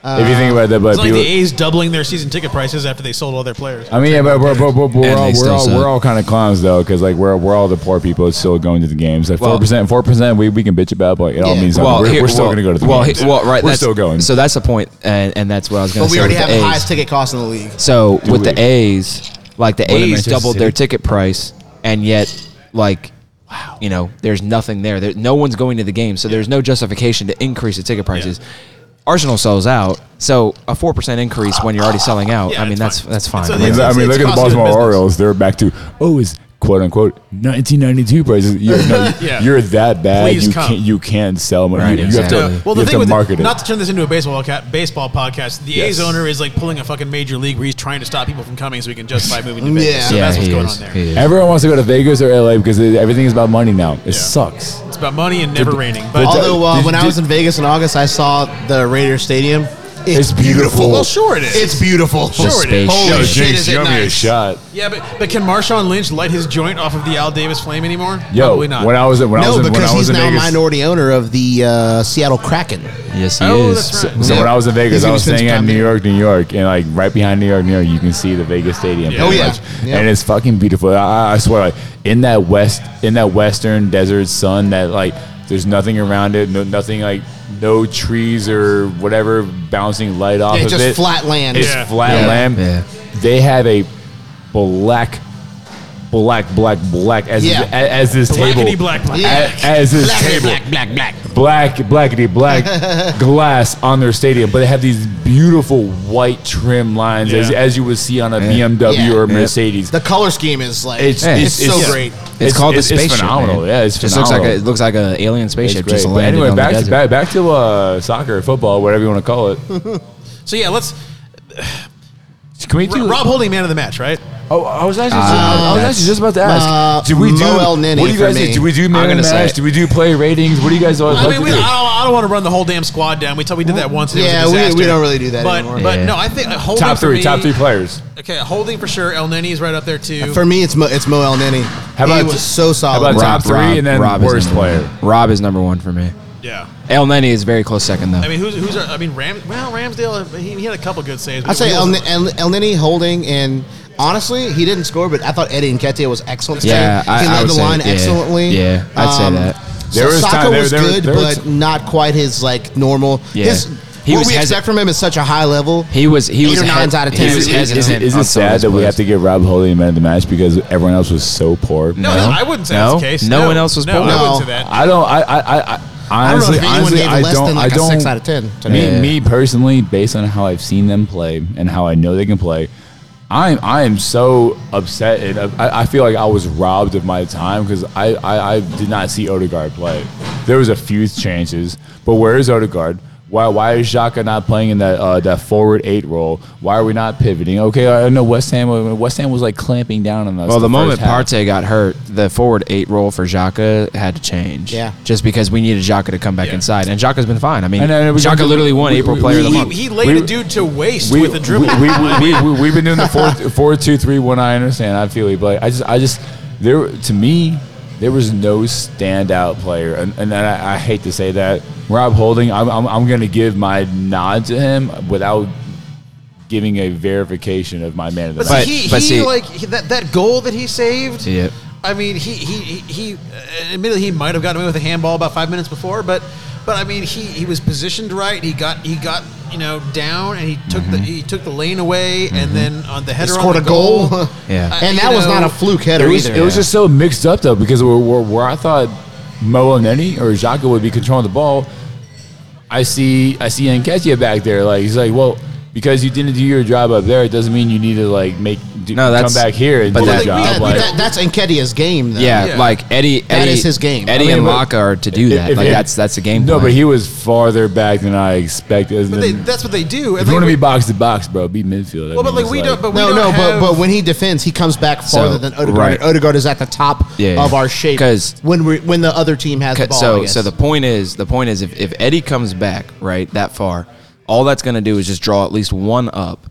if you think about that, but It's like people, the A's doubling their season ticket prices after they sold all their players. I mean, yeah, but we're, we're, we're, we're And all they we're still all, suck. we're all kind of clowns though, because like we're we're all the poor people that's still going to the games. Like Well- four percent, four percent, we we can bitch about, but it all Yeah. means nothing. Well, we're, here- we're still well, going to go to the well, games. he- well, right. we're that's- still going. So that's the point, and, and that's what I was but going to we already say. with have the the A's. highest ticket cost in the league. So Do with we? the A's, like the a minute, A's just doubled their city. ticket price, and yet, like, wow, you know, there's nothing there. there no one's going to the game, so there's no justification to increase the ticket prices. Arsenal sells out, so a four percent increase Uh, when you're already selling out. Yeah, I mean, it's that's fine. that's fine. It's a- right? it's a- I mean, look at the costing Baltimore business. Orioles. They're back to oh, is quote unquote 1992 prices. You're, (laughs) no, Yeah. you're that bad. Please you come. can't you can't sell more. Right, you, you exactly. have to, Well, the you have thing to with the- market it. not to turn this into a baseball ca- baseball podcast, the A's Yes. owner is like pulling a fucking major league where he's trying to stop people from coming so we can justify moving to Yeah. Vegas. So yeah, that's what's he going is. on there. He is. Everyone wants to go to Vegas or LA because it, everything is about money now. It Yeah. sucks. It's about money and never raining. But the- Although uh, Did- when I did- was in Vegas in August, I saw the Raider Stadium. It's, It's beautiful. well, sure it is. It's beautiful. sure it is. space. Holy Yo, shit, is it give me a nice. shot. Yeah, but, but can Marshawn Lynch light his joint off of the Al Davis flame anymore? Yo, Probably when not. I was in, when I No, was in, when because I he's was in now a Vegas, minority owner of the uh, Seattle Kraken. Yes, he Oh, is. that's right. So Yeah. when I was in He's Vegas, I gonna was spend staying some at time New there. York, New York, and like right behind New York, New York, you can see the Vegas Stadium. Yeah. pretty Oh, yeah. much. Yeah. and it's fucking beautiful. I, I swear, like in that west, in that western desert sun, that like there's nothing around it, no nothing like no trees or whatever bouncing light off Yeah, of just it. flat land. It's Yeah. flat Yeah. land. Yeah. They have a black, black, black, black as Yeah. as, as this Blackety table black, black. Yeah. a- as this Black, table black, black, black. black, blackety (laughs) black glass on their stadium, but they have these beautiful white trim lines as, Yeah. as you would see on a BMW Yeah. or a Yeah. Mercedes. The color scheme is like It's- it's, Yeah. it's- so it's- great. It's, It's- called it's- the it's spaceship. phenomenal. man. Yeah, it's just looks like a, phenomenal. it looks like an alien It's spaceship great. just But landed anyway, on the back to, desert. back, back to uh, soccer, football, whatever you want to call (laughs) it. So yeah, let's. Can we R- do? Rob Holding, man of the match, right? oh, I was actually, just, I was that's- actually just about to ask. uh, do we do? Mo El Nini what do you guys for do? me. Do we do I'm man of gonna the say match? it. Do we do play ratings? What do you guys always I like mean, to we, I, do? don't, I don't want to run the whole damn squad down. We, t- we did that once. And it Yeah, was we- a we disaster. don't really do that but, anymore. But Yeah. no, I think uh, holding Top for three, me- top three players. Okay, holding for sure. El Nenny's right up there too. For me, it's Mo, it's Mo El Nini. How about- he was so How solid. about top three and then is worst number player? one. Rob is number one for me. yeah. El Nene is very close second though. I mean, who's who's? Our, I mean, Ram. Well, Ramsdale. uh, He, he had a couple good saves. but I'd say he El, wasn't- Ni- El, El Nini holding and. Honestly, he didn't score, but I thought Eddie Nketiah was excellent. today. yeah, I, he I led would the say- line yeah, excellently. Yeah, I'd say Um, that. There so was Saka time- there- was there- good, there was- but not quite his like normal. Yeah. His, He what was we hesi- expect from him is such a high level. He was he Eight was or nines out of ten. He was Is it- is Is, is, hesitant it- is on it some of sad his that we plays. have to give Rob Holding man of the match because everyone else was so poor? No, no, I wouldn't say No. that's the case. No one else was no, born. I wouldn't say No. that. I don't. I. I. I, I I don't know honestly, if anyone honestly, gave it I less don't. than like I a don't. six out of ten. To me. Me, Yeah. me personally, based on how I've seen them play and how I know they can play, I'm I am so upset and uh, I, I feel like I was robbed of my time because I, I I did not see Odegaard play. There was a few chances, but where is Odegaard? Why, why is Xhaka not playing in that uh, that forward eight role? Why are we not pivoting? Okay, I know West Ham. West Ham was like clamping down on us. Well, the, moment first half. Partey got hurt, the forward eight role for Xhaka had to change. Yeah. just because we needed Xhaka to come back Yeah. inside, and Xhaka's been fine. I mean, I know, I know, we- Xhaka we- literally won we- April we- Player of the we- Month. He laid We- a dude to waste with a dribble. We, we, we, we, we've been doing the four, four, two, three, one. I understand. I feel you, but I just, I just, there to me, there was no standout player, and, and I, I hate to say that. Rob Holding, I'm, I'm, I'm going to give my nod to him without giving a verification of my man of the But, match. see, he, but he see- like he- that, that goal that he saved. Yeah. I mean, he he he. he uh, admittedly, he might have gotten away with a handball about five minutes before, but But I mean, he, he was positioned right. He got he got you know down, and he took the he took the lane away, and then on the header Mm-hmm. scored on a the goal. (laughs) Yeah. I- and you that was know, not a fluke header It was, either. it was just so mixed up though because where, where, where I thought Mo and Nenny or Xhaka would be controlling the ball, I see I see Nketiah back there. Like he's like, well, because you didn't do your job up there, it doesn't mean you need to like make do, No, that's- come back here and but do your that- job. That- like, that- that's Enkedia's game, though. Yeah, Yeah. like Eddie. Eddie That is his game. Eddie I mean, and but- Laka are to do that. if- like if- that's that's a game. No, plan. but he was farther back than I expected. But they, that's what they do. if And you like, want to we- be box to box, bro, be midfield. I well, but mean, like it's we don't. But we No, don't no, have, but but when he defends, he comes back farther than Odegaard. right. and Odegaard is at the top Yeah. of our shape 'Cause- when we when the other team has the Cut- ball. I so guess. so the point is the point is if, if Eddie comes back right that far, all that's going to do is just draw at least one up,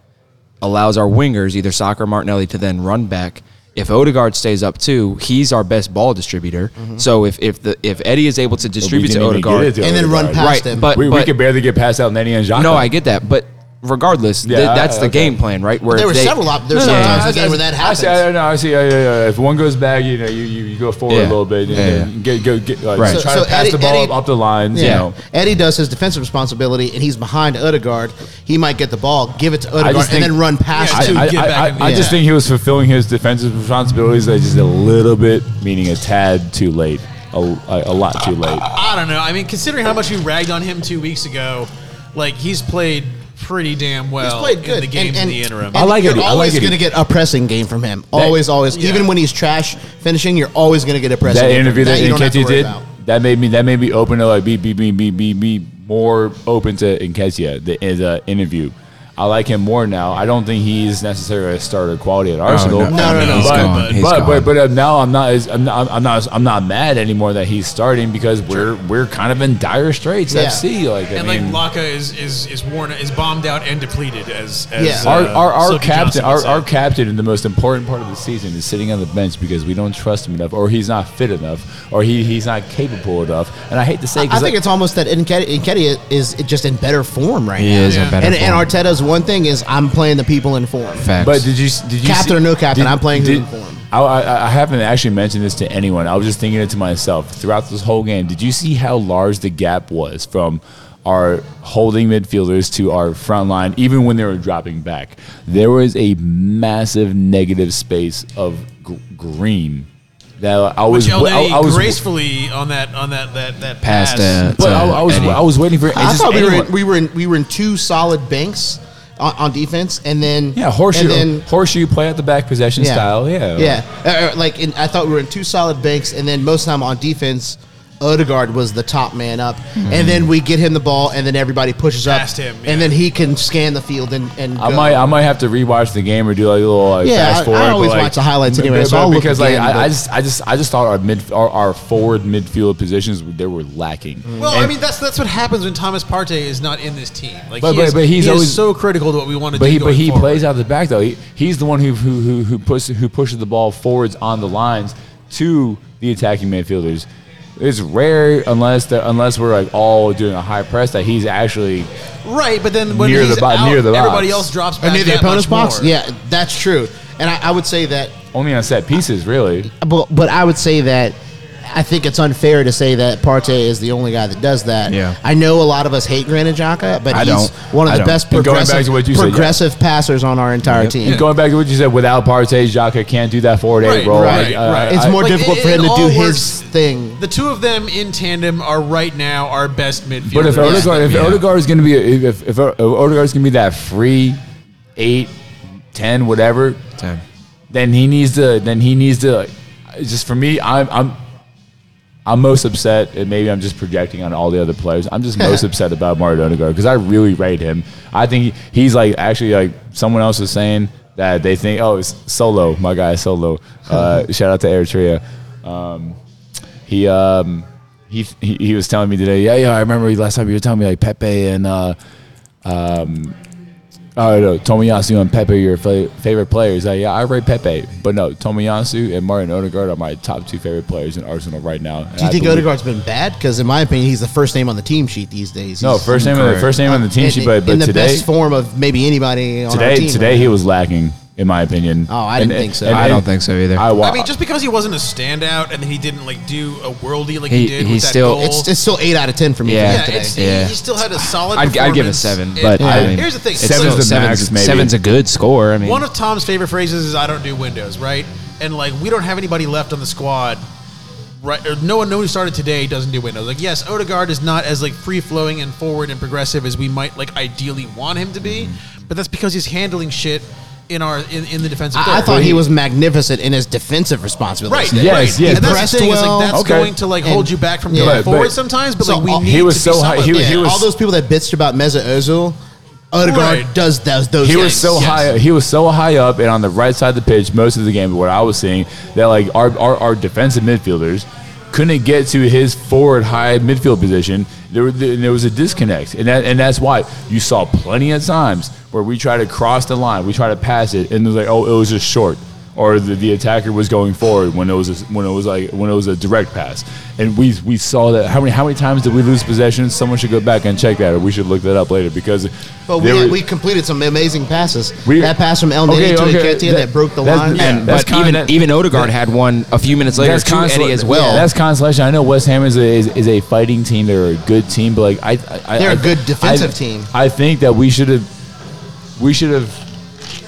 allows our wingers either Soccer or Martinelli to then run back. If Odegaard stays up too, he's our best ball distributor. Mm-hmm. So if if the if Eddie is able to distribute to didn't even get it Odegaard, to and then Odegaard. run past Right, him. but- we, we could barely get past out Nenny and Xhaka. no, I get that, but regardless, th- Yeah, that's the okay. game plan, right? Where there if were they- several op- there's No, no, no, sometimes I- a game where that Uh, I happens. see, I don't know. I see. Yeah, yeah, yeah. If one goes back, you know, you, you, you go forward Yeah. a little bit. And Yeah, yeah, Get, go, get, like, Right. Try So- to so pass Eddie- the ball Eddie- up the line. Yeah. You know. Eddie does his defensive responsibility, and he's behind Odegaard. He might get the ball, give it to Odegaard, and think- then run past Yeah, him. I, get I- back I- in I the- just Yeah. think he was fulfilling his defensive responsibilities like, just a little bit, meaning a tad too late, a, a, a lot too late. I don't know. I mean, considering how much you ragged on him two weeks ago, like he's played pretty damn well. He's played good in the games and, and, in the interim. and I like you're it. I like Always it. going to get a pressing game from him. Always, always. Yeah. Even when he's trash finishing, you're always going to get a pressing. that game from interview him. that, you don't have to Nketiah worry did, about. that made me that made me open to like be be be be be, be more open to Nketiah the, in the interview. I like him more now. I don't think he's necessarily a starter quality at Arsenal. Oh, no, no, no, no, he's But, gone, but- he's but, gone. but but uh, now I'm not as I'm not, I'm not I'm not mad anymore that he's starting because we're we're kind of in dire straits. Yeah. FC like I And like mean, Laka is is is worn is bombed out and depleted as, as Yeah. our uh, our, our Silky captain Johnson would our, say. our captain in the most important part of the season is sitting on the bench because we don't trust him enough or he's not fit enough or he, he's not capable enough and I hate to say I 'cause, think like, it's almost that Nketi Nketiah is just in better form right He now. is in Yeah. better And, form. and Arteta's one thing is I'm playing the people in form. Facts. But did you did you Captain see- or no captain, did- I'm playing did- who for him. I, I, I haven't actually mentioned this to anyone. I was just thinking it to myself throughout this whole game. Did you see how large the gap was from our holding midfielders to our front line, even when they were dropping back? There was a massive negative space of g- green that I was which El I, I was gracefully on that on that that that Past, pass. uh, but I, I was Eddie. I was waiting for. I it's just thought we were, anyone- in, we were in we were in two solid banks on, on defense, and then yeah horseshoe and then- horseshoe play at the back possession style. Yeah, yeah. Uh, uh, like in, I thought we were in two solid banks, and then most of the time on defense, Odegaard was the top man up, Hmm. and then we get him the ball, and then everybody pushes Past up, him, yeah. and then he can scan the field and and I go. might I might have to rewatch the game or do like a little like Yeah, I- fast forward. I but, always like, watch the highlights but- anyway, so but- I'll look because like again, I, I but- just I just I just thought our mid our, our forward midfield positions they were lacking. Mm. Well, I And- mean that's that's what happens when Thomas Partey is not in this team. Like, But- he but- is, but he's he is always- so critical to what we want to but do. he but going he forward. plays out the back though. He, he's the one who who who who pushes who pushes the ball forwards on the lines to the attacking midfielders. It's rare unless the, unless we're like all doing a high press that he's actually right, but then when Near the he's bo- out, near the everybody box. else drops Or back. near the that opponent's much box. more. Yeah, that's true, and I, I would say that only on set pieces really. but but I would say that I think it's unfair to say that Partey is the only guy that does that. Yeah. I know a lot of us hate Granit Xhaka, but I he's don't. one of I the don't. best And going back progressive, to what you said, yeah. progressive passers on our entire team. And Going back to what you said, without Partey, Xhaka can't do that forward Right, eight role. right, Like, I- right. I- It's I- more Like, difficult it- for him it to do all his works- thing. The two of them in tandem are right now our best midfielders. But if Odegaard, if Yeah. Odegaard is going to be if if Odegaard is going to be that free eight, ten, whatever, Ten. then he needs to. Then he needs to. Just for me, I'm I'm I'm most upset, and maybe I'm just projecting on all the other players. I'm just (laughs) most upset about Mario Odegaard because I really rate him. I think he's like actually like someone else was saying that they think oh it's Solo, my guy Solo. (laughs) Uh, shout out to Eritrea. Um, he um he, he he was telling me today. Yeah, yeah, I remember last time you were telling me like Pepe and uh um, Oh no, Tomiyasu and Pepe are your fa- favorite players. Like, yeah, I rate Pepe, but no, Tomiyasu and Martin Odegaard are my top two favorite players in Arsenal right now. Do you think Odegaard's been bad? Because in my opinion, he's the first name on the team sheet these days. No, He's first name, on the, Correct. first name on the team in- sheet, but in but the today, best form of maybe anybody on our today, team. today he was lacking. in my opinion. Oh, I didn't think so. I don't think so either. I, wa- I mean, just because he wasn't a standout and he didn't like do a worldie like he, He- did he with still- that goal. It's, it's still eight out of ten for me. Yeah. yeah, today. it's, he- Yeah. He, still had a solid. I'd, I'd give it a performance. seven, It- but yeah. I mean, here's the thing: it's it's Seven's still- the seven's, max, maybe. seven's a good score. I mean, One of Tom's favorite phrases is "I don't do windows," right? And like, we don't have anybody left on the squad, right? Or no one, no one who started today doesn't do windows. Like, yes, Odegaard is not as like free flowing and forward and progressive as we might like ideally want him to be, Mm-hmm. but that's because he's handling shit in our in, in the defensive. I, I third. thought he was magnificent in his defensive responsibilities. Right. today. Yes, right. yes. And that's Pressed the thing is well. like that's Okay. going to like hold And- you back from Yeah. going But- but- forward sometimes. But So like we all- need he was to be so high- solid. he was- Yeah, he was- all those people that bitched about Meza Ozil, Odegaard Right. does those. those he was things. so Yes. high. He was so high up and on the right side of the pitch most of the game. But what I was seeing that like our our, our defensive midfielders couldn't get to his forward high midfield position. There, were- there there was a disconnect, and that and that's why you saw plenty of times where we try to cross the line, we try to pass it, and it was like oh it was just short. Or the, the attacker was going forward when it was a, when it was like when it was a direct pass, and we we saw that how many how many times did we lose possession? Someone should go back and check that, or we should look that up later because. But we, there were- we completed some amazing passes. We- that pass from El Nini Okay, to okay, Nketiah that, that- broke the that's- line. yeah, And- that's but even kinda- even Odegaard had one a few minutes later. too, consola- Eddie as well. yeah, that's consolation. I know West Ham is a, is, is a fighting team. They're a good team, but like I, I They're a a good defensive team. I think that we should have, we should have.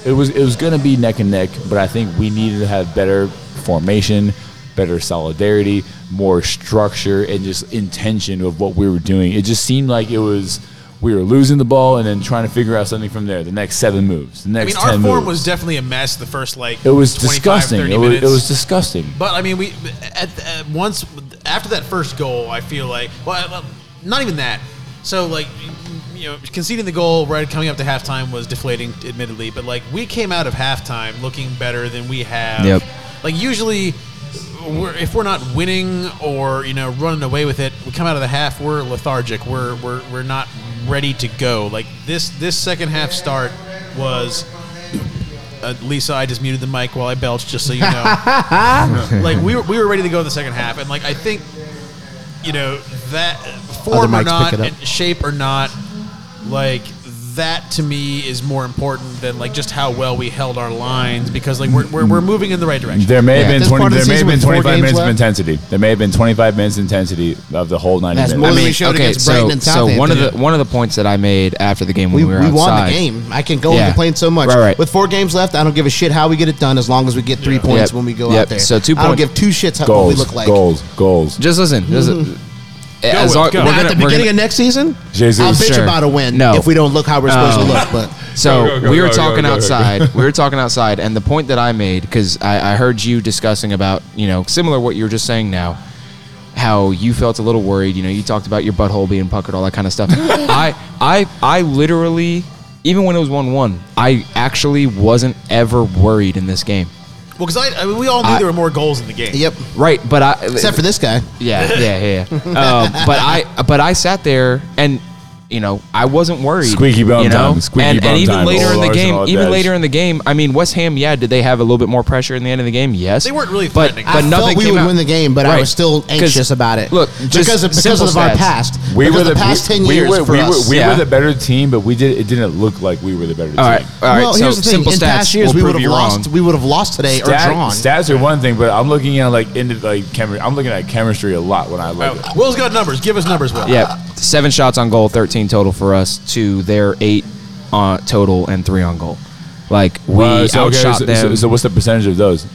It was it was going to be neck and neck, but I think we needed to have better formation, better solidarity, more structure, and just intention of what we were doing. It just seemed like it was. We were losing the ball and then trying to figure out something from there. The next seven moves, the I mean, next our ten form moves. was definitely a mess the first like it was 25, disgusting. 30 It was, it minutes. was disgusting. But I mean, we at, at once after that first goal, I feel like well, well, not even that. So like, you know, conceding the goal right coming up to halftime was deflating, admittedly. But like, we came out of halftime looking better than we have. Yep. Like usually, we're, if we're not winning or you know running away with it, we come out of the half we're lethargic. We're we're we're not ready to go. Like this this second half start was. Uh, Lisa, I just muted the mic while I belched, just so you know. like we were, we were ready to go in the second half, and like I think, you know, that form mics or pick not, it up. and shape or not, like that to me is more important than like just how well we held our lines because like we're we're, we're moving in the right direction. There may Yeah, at have this been part 20, of the there may season have been with four 25 games minutes left? of intensity. There may have been 25 minutes intensity of the whole 90 That's minutes. more I than we mean, showed okay, against Brighton so and so one of Southampton. the one of the points that I made after the game when we, we, we were outside. won the game. I can go Yeah. and complain so much. Right, right. With four games left, I don't give a shit how we get it done as long as we get three points Yep. when we go Yep. out there. So two I don't points. give two shits how goals, we look like. goals, goals. Just listen. Just, Will, Mm-hmm. go. Now, Now, we're gonna- at the we're beginning gonna- of next season, Jesus. I'll bitch Sure. about a win No. if we don't look how we're supposed to look. But So Go, go, go, we were go, go, talking go, go. outside. (laughs) we were talking outside, and the point that I made because I, I heard you discussing about you know similar what you were just saying now, how you felt a little worried. You know, you talked about your butthole being puckered, all that kind (laughs) of stuff. I I I literally even when it was one one, I actually wasn't ever worried in this game. Well, because I, I mean, we all knew I- there were more goals in the game. yep, Right, but I except for this guy. (laughs) Yeah, yeah, yeah. yeah. um, but I, but I sat there and, you know, I wasn't worried. Squeaky bum you know? time, squeaky and, bum and even time, later in old the game, Arsenal even dash. later in the game, I mean, West Ham, yeah, did they have a little bit more pressure in the end of the game? Yes, They weren't really but threatening. but I I nothing felt we came would out- win the game, but I Right. was still 'Cause- anxious about it. Look, just because of, because simple of our stats. past, because of the past ten we years were, for we us. Were, we Yeah. were the better team, but we did. It didn't look like we were the better All right, team. all right. well, so here's the thing: simple in stats past years, will we prove would have you lost. wrong. We would have lost today Stat- or drawn. Stats are one thing, but I'm looking at like into like chemistry. I'm looking at chemistry a lot when I Uh, look. Oh. at Will's got numbers. Give us numbers, Will. Yeah, seven shots on goal, thirteen total for us to their eight uh, total and three on goal. Like we Uh, so, okay, outshot so- them. so- so what's the percentage of those?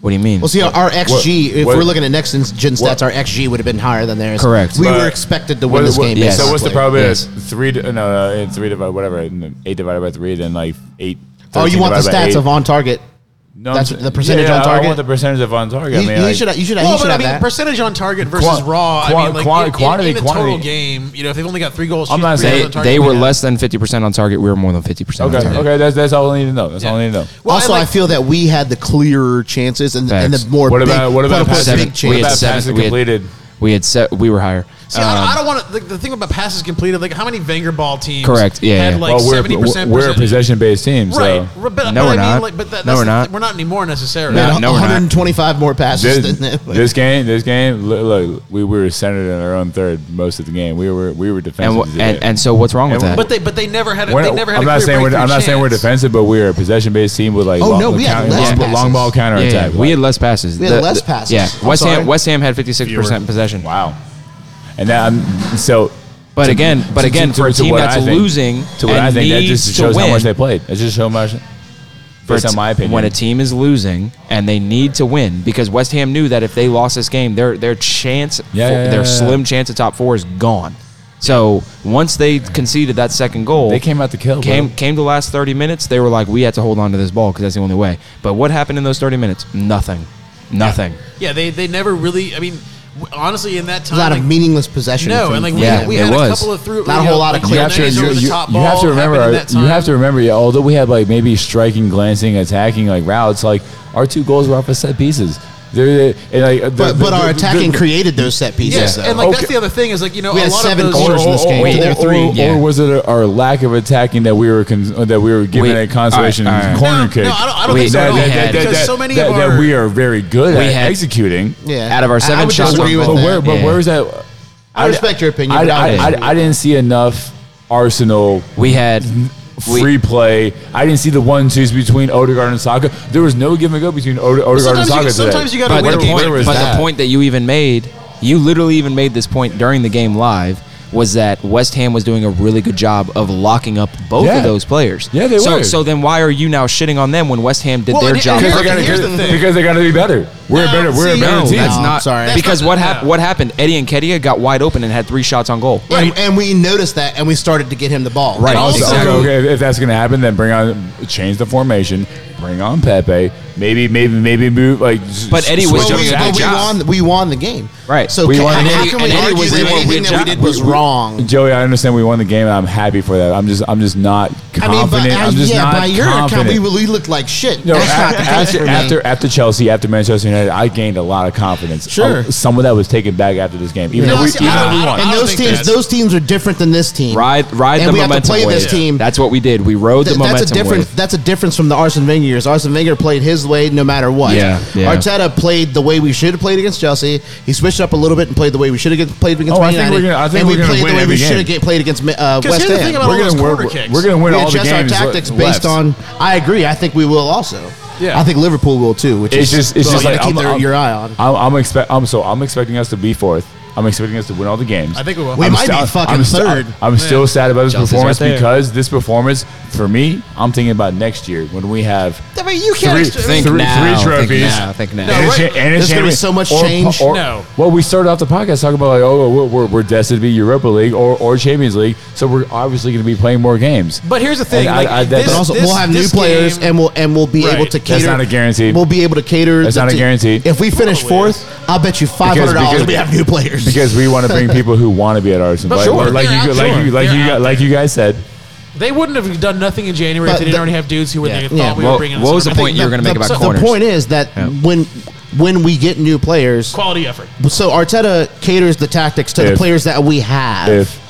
what do you mean? Well, see, our XG, if what- we're looking at next gen stats, what- our XG would have been higher than theirs. Correct. We But- were expected to win this game. yes. So what's the basically. problem? Yes. Is three? di- No, no, three divided whatever. Eight divided by three, then like eight. Oh, you 13 want the divided by stats eight. of on target? No, That's I'm- the percentage yeah, on yeah, target? I want the percentage of on target. You- I mean, you like, should have- you should have- Well, you should but I have mean, that. percentage on target versus Quan- raw. I quan- mean, like quan- in- in- quantity, in, a total quantity. game, you know, if they've only got three goals, I'm shoot not three saying- goals they, on target, they we were have. less than fifty percent on target. We were more than fifty percent. on Okay, target. okay, that's that's all I need to know. That's all I need to know. Well, also, and, I, like- feel that we had the clearer chances and, and Facts. the more What big, about what about quote-unquote, passes? seven- big we What had chances. about seven- passes we had- completed? We had set. We were higher. See, Um, I don't, I don't want to. The, the thing about passes completed, like how many Vangerball teams, Correct, yeah, had yeah. like well, seventy we're, percent. we're a possession based team, right? so But, but No, I we're mean, not. Like, but that, No, that's we're the- not. We're not anymore necessarily. No, And no, we're not. 125 more passes (laughs) than this, that. this game, this game, look, look, we were centered in our own third most of the game. We were we were and defensive. wh- as it and, is. and so what's wrong with And that? But they, but they never had. A, We're they not- never had. I'm a not clear saying we're I'm breakthrough not saying we're chance. defensive, but we're a possession based team with like Oh, long, no, we had counter- less long, long passes. ball counter Yeah, attack. yeah. we had less passes. We had less passes. Yeah, I'm West sorry. Ham. West Ham had 56 percent possession. Wow. And that I'm, so, But again, but to- again, to- for a to team what that's I think- losing to what and I think that needs just to shows how much win, they played. It just shows how much. for Based a on t- my opinion, When a team is losing and they need to win, because West Ham knew that if they lost this game, their their chance, Yeah, yeah, yeah, their yeah, yeah. slim chance of top four is gone. So once they conceded that second goal, They came out to kill, bro. Came came the last thirty minutes. They were like, we had to hold on to this ball because that's the only way. But what happened in those thirty minutes? Nothing. Nothing. Yeah, they they never really. I mean, w- honestly, in that a time, lot of like, meaningless possession. No, from- and like Yeah, we, we it had a was. couple of through. Not a you whole know, lot of like, clear you have to, Hernandez you, over the you- top you have ball to happened in remember. that You have to time. remember. Yeah, although we had like maybe striking, glancing, attacking like routes, like our two goals were off of set pieces. They're, and, like, the- but, but the- our the- attacking the- created those set pieces. Yes, though. and like that's Okay. the other thing is like you know We a had lot seven of those corners in this game. Or, To their three. or- or Yeah. was it our lack of attacking that we were cons- that we were giving We- a consolation all right, all right. corner No, kick? no, I don't- I don't think so at all. Because so many that, of that our- we are very good We at had- executing. yeah. out of our I- I seven would shots disagree on with But goal. that. where, but Yeah. where is that? I respect your opinion. I, but I would I, I, disagree. I didn't see enough Arsenal We had we- free play. I didn't see the one twos between Odegaard and Saka. There was no give and go between Ode- Odegaard and sometimes you- Saka today. sometimes you gotta But, win the, a game. point, Where was but that? the point that you even made, you literally even made this point during the game live, was that West Ham was doing a really good job of locking up both Yeah. of those players. Yeah, they so, were. So then why are you now shitting on them when West Ham did Well, their and- and job? here's Because they gotta- Here's the thing. because they got to be better. We're No, a better. We're see, a better no, team. that's No, not sorry. That's because not- what hap- no. what happened? Eddie and Kedia got wide open and had three shots on goal. And, and we noticed that, and we started to get him the ball. Right. Also, Exactly. okay, if- if that's going to happen, then bring on change the formation. Bring on Pepe. Maybe, maybe, maybe move like. s- But Eddie was switch Well, doing we, a it good back. but we job. won. We won the game. Right. So We ca- won. how, And Eddie- can we and Eddie argue was that doing a anything good that we job. did was wrong? Joey, I understand we won the game. and I'm happy for that. I'm just, I'm just not confident. I uh, am just yeah, not by your account, confident. we, we looked like shit. No, That's a- not the case after, for me. after after Chelsea, after Manchester United, I gained a lot of confidence. Sure. Uh, some of that was taken back after this game, even No, though we, see, even I though don't- we I won. don't- and those think teams, that's- those teams are different than this team. Ride ride And the we have to momentum play wave. this team. That's what we did. We rode Th- the that's momentum a different. wave. That's a difference from the Arsene Wenger years. Arsene Wenger played his way no matter what. Yeah, yeah. Arteta played the way we should have played against Chelsea. He switched up a little bit and played the way we should have get- played against Oh, Man I think United. we're gonna- I think and we're we gonna played win the way every we game. should have get- played against uh, here's West the Ham. thing about We're all gonna those win. corner We're, kicks. we're gonna win we all the adjust games. our tactics le- based left. on. I agree. I think we will also. Yeah. I think Liverpool will too. Which It's is just, it's something just to like keep I'm, their- I'm- your eye on. I'm, I'm expect. I'm so I'm expecting us to be fourth. I'm expecting us to win all the games. I think we will. We I'm might be st- fucking I'm st- third. I'm still sad about this Chelsea's performance right there. because this performance, for me, I'm thinking about next year when we have I mean, you can't. three, ex- I mean, Think three, now, three think trophies. now, think now. And, No, a cha- right. and a There's gonna be champion- so much or- change. or- No. Well, we started off the podcast talking about like, oh, we're, we're, we're destined to be Europa League or, or Champions League, so we're obviously going to be playing more games. But here's the thing. And I- Like, I- that- this, but But also, this, we'll have new this players, game- and we'll and we'll be Right. able to That's cater. not a guarantee. We'll be able to cater. That's the not a team. guarantee. If we finish Probably fourth, I'll bet you five Because- hundred dollars because- we have new players. because we want (laughs) to bring people who want to be at Arsenal. Like, sure, like, they're you, out like there. you, like They're you, out got- like you guys said. They wouldn't have done nothing in January But if they didn't the- already have dudes who were they thought yeah. we Well, were bringing. in what was some- the point you were going to make the, about so corners? The point is that when when we get new players, Quality effort. so Arteta caters the tactics to the If. players that we have. If.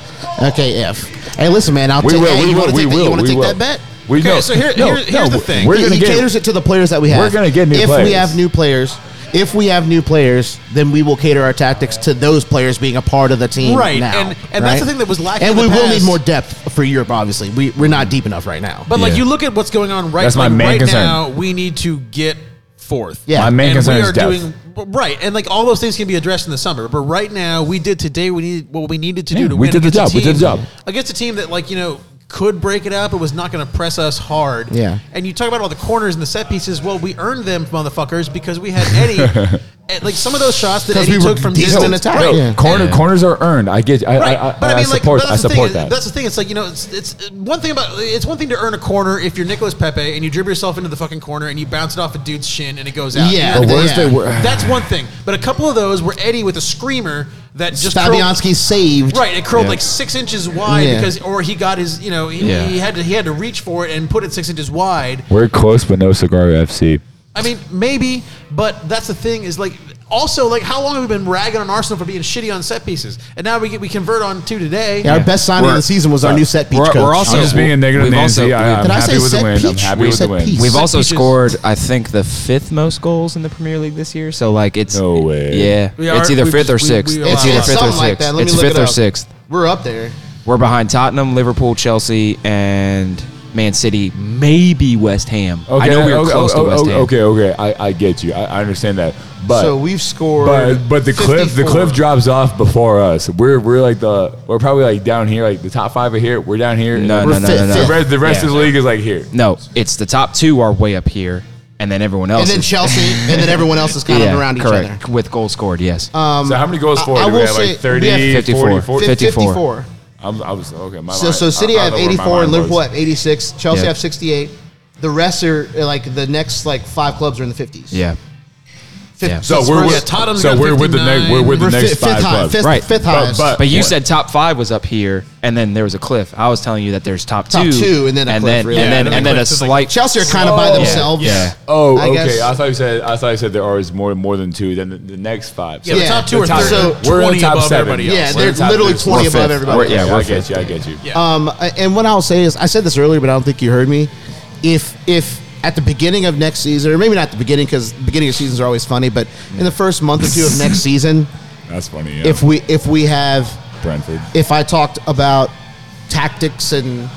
okay, if hey, listen, man, I'll We take. will. hey, We you will. want to We take, that, you will. wanna We take will. that bet? We Okay, no, so here- no, here- here's no, the thing. We're he, going to he get. caters it to the players that we have. We're gonna get new if we players. have new players. If we have new players, then we will cater our tactics to those players being a part of the team. Right, now, and- and that's right? the thing that was lacking And in we the will past. need more depth for Europe. Obviously, we we're not deep enough right now. But like Yeah. you look at what's going on right, That's my like, main right concern. now, we need to get fourth. Yeah. My main and concern we is are depth. doing right, and like all those things can be addressed in the summer. But right now, we did today. We needed what we needed to Yeah, do to we win. did the against a job, we team- did the job. against a team that like you know could break it up, but was not going to press us hard. Yeah. and you talk about all the corners and the set pieces. Well, we earned them, motherfuckers, because we had (laughs) Eddie. and, like some of those shots that 'Cause Eddie we were took from decent distance. attack. Right. Yeah. Oh, Corner, corners are earned. I get. I, Right, I, I, but I, mean, like, support. but I that's the support thing. that. That's the thing. It's like you know, it's, it's one thing about it's one thing to earn a corner if you're Nicolas Pepe and you dribble yourself into the fucking corner and you bounce it off a dude's shin and it goes out. You Yeah, know, But where's yeah. the- where- that's one thing. But a couple of those were Eddie with a screamer that just curled, Fabianski saved. right. It curled Yeah. like six inches wide Yeah. because, or he got his, you know, he, Yeah. he had to he had to reach for it and put it six inches wide. We're close, but no cigar FC. I mean, maybe, but that's the thing is like Also, like, how long have we been ragging on Arsenal for being shitty on set pieces? And now we get, we convert on two today. Yeah, our best signing of We're- the season was our new set piece we're- coach. we're also- I'm just being a negative We've Nancy. also- I, am Did I happy say with the set win. I'm piece? happy We with the said win. piece. We've Set also pieces. scored, I think, the fifth most goals in the Premier League this year. So like it's No way. Yeah, We are- it's either we- fifth or we- sixth. we are it's allowed. either It's fifth or something like sixth. that. Let me it's look fifth it or up. sixth. we're up there. We're behind Tottenham, Liverpool, Chelsea, and Man City. Maybe West Ham. I know we were okay, close okay, to West Ham. Okay, okay, I, I get you. I, I understand that. But so we've scored. but but the cliff the 54. cliff drops off before us. We're we're like the we're probably like down here, like the top five are here. We're down here. No, and no, We're no, fifth, The no, no. fifth. rest, the rest of the league is like here. No, it's the top two are way up here, and then everyone else. And then is, Chelsea, and then everyone else is kind yeah, of around each correct. other. Uh, With goals scored, yes. so how many goals Um, I- for? I Do we will have say we like 30, have 54. 54. 40, 54. 54. I'm, I was okay. My So, mind- so City I- I have know where my 84 and mind Liverpool was. have 86. Chelsea Yeah. have 68. The rest are uh, like the next like five clubs are in the 50s. yeah. Fif- Yeah. So Spurs- we're Yeah, with Tottenham's so got we're with the next 59. we're with the we're fi- next fifth, five high, clubs. fifth, Right. fifth But- highest. but- But you Yeah. said top five was up here, and then there was a cliff. I was telling you that there's top two, Top two, and then a and cliff, then really. and then Yeah, and and then then a cliff is like- slight. Chelsea are kind of by Oh. themselves. Yeah. Oh, I okay. guess. I thought you said I thought you said there are always more more than two than the, the next five. Yeah, the Yeah. top two The are top- third, so we're in twenty top above seven. everybody else. Yeah, We're they're in top literally three. 20 We're above fifth. everybody. We're- yeah, else. I we're get you. I get you. Um, a- and what I'll say is, I said this earlier, but I don't think you heard me. If if at the beginning of next season, or maybe not the beginning, because beginning of seasons are always funny, but in the first month or two of next season, That's funny. Yeah. if we if we have Brentford. if I talked about tactics and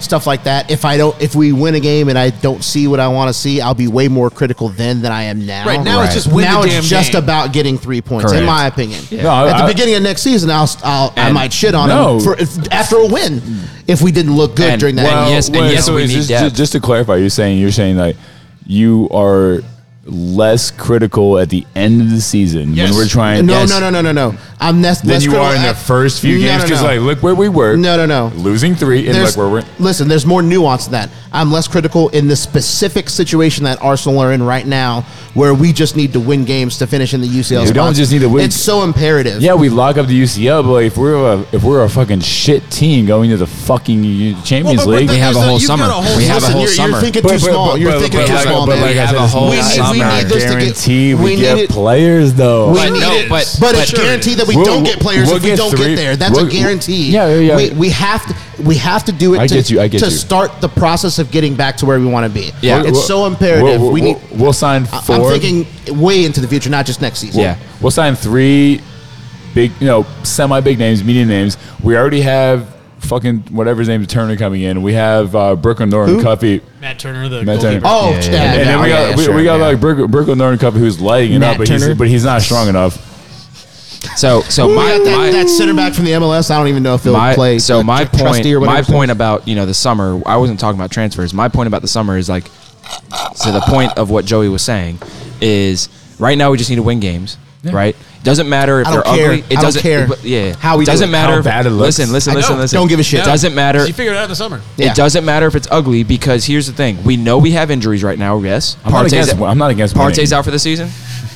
stuff like that, if I don't, if we win a game and I don't see what I want to see, I'll be way more critical then than I am now. Right, now it's Right. just win now the it's damn just game. about getting three points, in Correct. my opinion. No, I- At the I- beginning of next season, I'll, I'll I And- might shit on No. him for, if, after a win if we didn't look good And- during that. well, game. yes- and yes, we is need this- depth. Just, to clarify, you're saying you're saying like you are less critical at the end of the season Yes. when we're trying. no, Yes. no, no, no, no, no. I'm less. Than less you critical are in the at- first few No, games no, because no. like look where we were. No, no, no. Losing three and There's- look where we're. Listen, there's more nuance to that. I'm less critical in the specific situation that Arsenal are in right now, where we just need to win games to finish in the UCL. We don't spots. just need to win. It's so imperative. Yeah, we lock up the UCL, but like, if we're a, if we're a fucking shit team going to the fucking U- Champions but- but League, the- We have a There's a- whole you've summer. got a whole we have a Listen, whole you're, summer. you're thinking too small. you're thinking but too like- small, but man. like I have said, a it's whole not summer. We need this to get- guarantee we, we get need it- players though. we But need no, it. but- but it's but- guaranteed that we We'll- don't get players we'll if we get don't three- get there. That's we'll- a guarantee. Yeah, yeah, yeah. We, we have to we have to do it I to, get you, I get to you. start the process of getting back to where we want to be. Yeah. it's We'll- so imperative. We'll, we we'll- need. We'll sign I- four. I'm thinking way into the future, not just next season. Yeah. We'll sign three big, you know, semi big names, medium names. We already have fucking whatever his name is Turner coming in. We have uh, Brooklyn Norton Cuffy. Matt Turner, the Matt Turner. goalkeeper. Oh, Yeah, yeah, yeah, And then yeah, we got yeah, we, sure, we got yeah. like Brooklyn, Brooklyn Norton Cuffy who's lighting it Matt up, but he's, Turner? but he's not strong enough. So so We my got that, my, that center back from the MLS. I don't even know if he'll my- play. so uh, my Tr- Trusty point or whatever my his name point about you know the summer. I wasn't talking about transfers. My point about the summer is like to the point of what Joey was saying is right now we just need to win games. Right? Doesn't matter if I don't they're care. ugly. It I don't doesn't care but- Yeah. how we do doesn't it, matter. how if- bad it looks. Listen, listen, I listen, don't- listen. don't give a shit. No. Doesn't matter. You figured it out in the summer. Yeah. It doesn't matter if it's ugly because here's the thing: we know we have injuries right now. Yes, I'm not against- I'm not against winning. Partey's out for the season.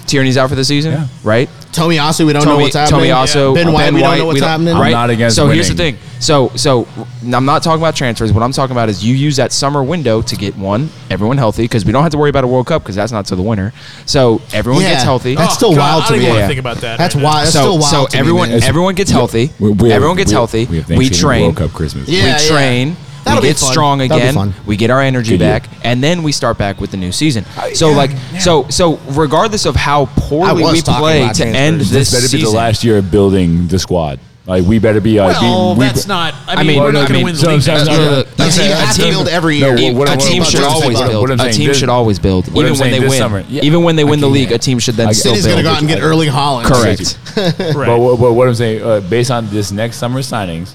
Tierney's out for the season. Yeah. Right. is. Tomiyasu, we don't know what's happening. also Ben White, we don't know what's happening. I'm not against So here's the winning. thing. So so I'm not talking about transfers. What I'm talking about is you use that summer window to get one everyone healthy because we don't have to worry about a World Cup because that's not till the winter. So everyone Yeah. gets healthy. That's still wild I to don't me. even want Yeah. to think about that. That's right wild. That's still so wild. so to me, everyone man. everyone gets healthy. everyone gets healthy. We, have We train. World Cup Christmas. Yeah. we train. That'll we be get fun. strong That'll be again. fun. We get our energy Good year. back, and then we start back with the new season. So like, so so regardless of how poorly I was we talking play about to transfers. end this, This better season, be the last year of building the squad. Like we better be. Like, Well, we, we, that's not. I I mean, mean, we're I not going to win mean, the so- league. so- next so- year. Yeah. You I'm saying have a to team- build every No, year. what- what e- a I'm- team what I'm should saying- always what I'm- build. what I'm A saying team this- should always build, what I'm even when saying they this win. summer. Yeah. Even when they I win the can't. league, a team should then I- still City's going to build. go out and get Erling Holland. Correct. Right. But what, what, what I'm saying, uh, based on this next summer signings,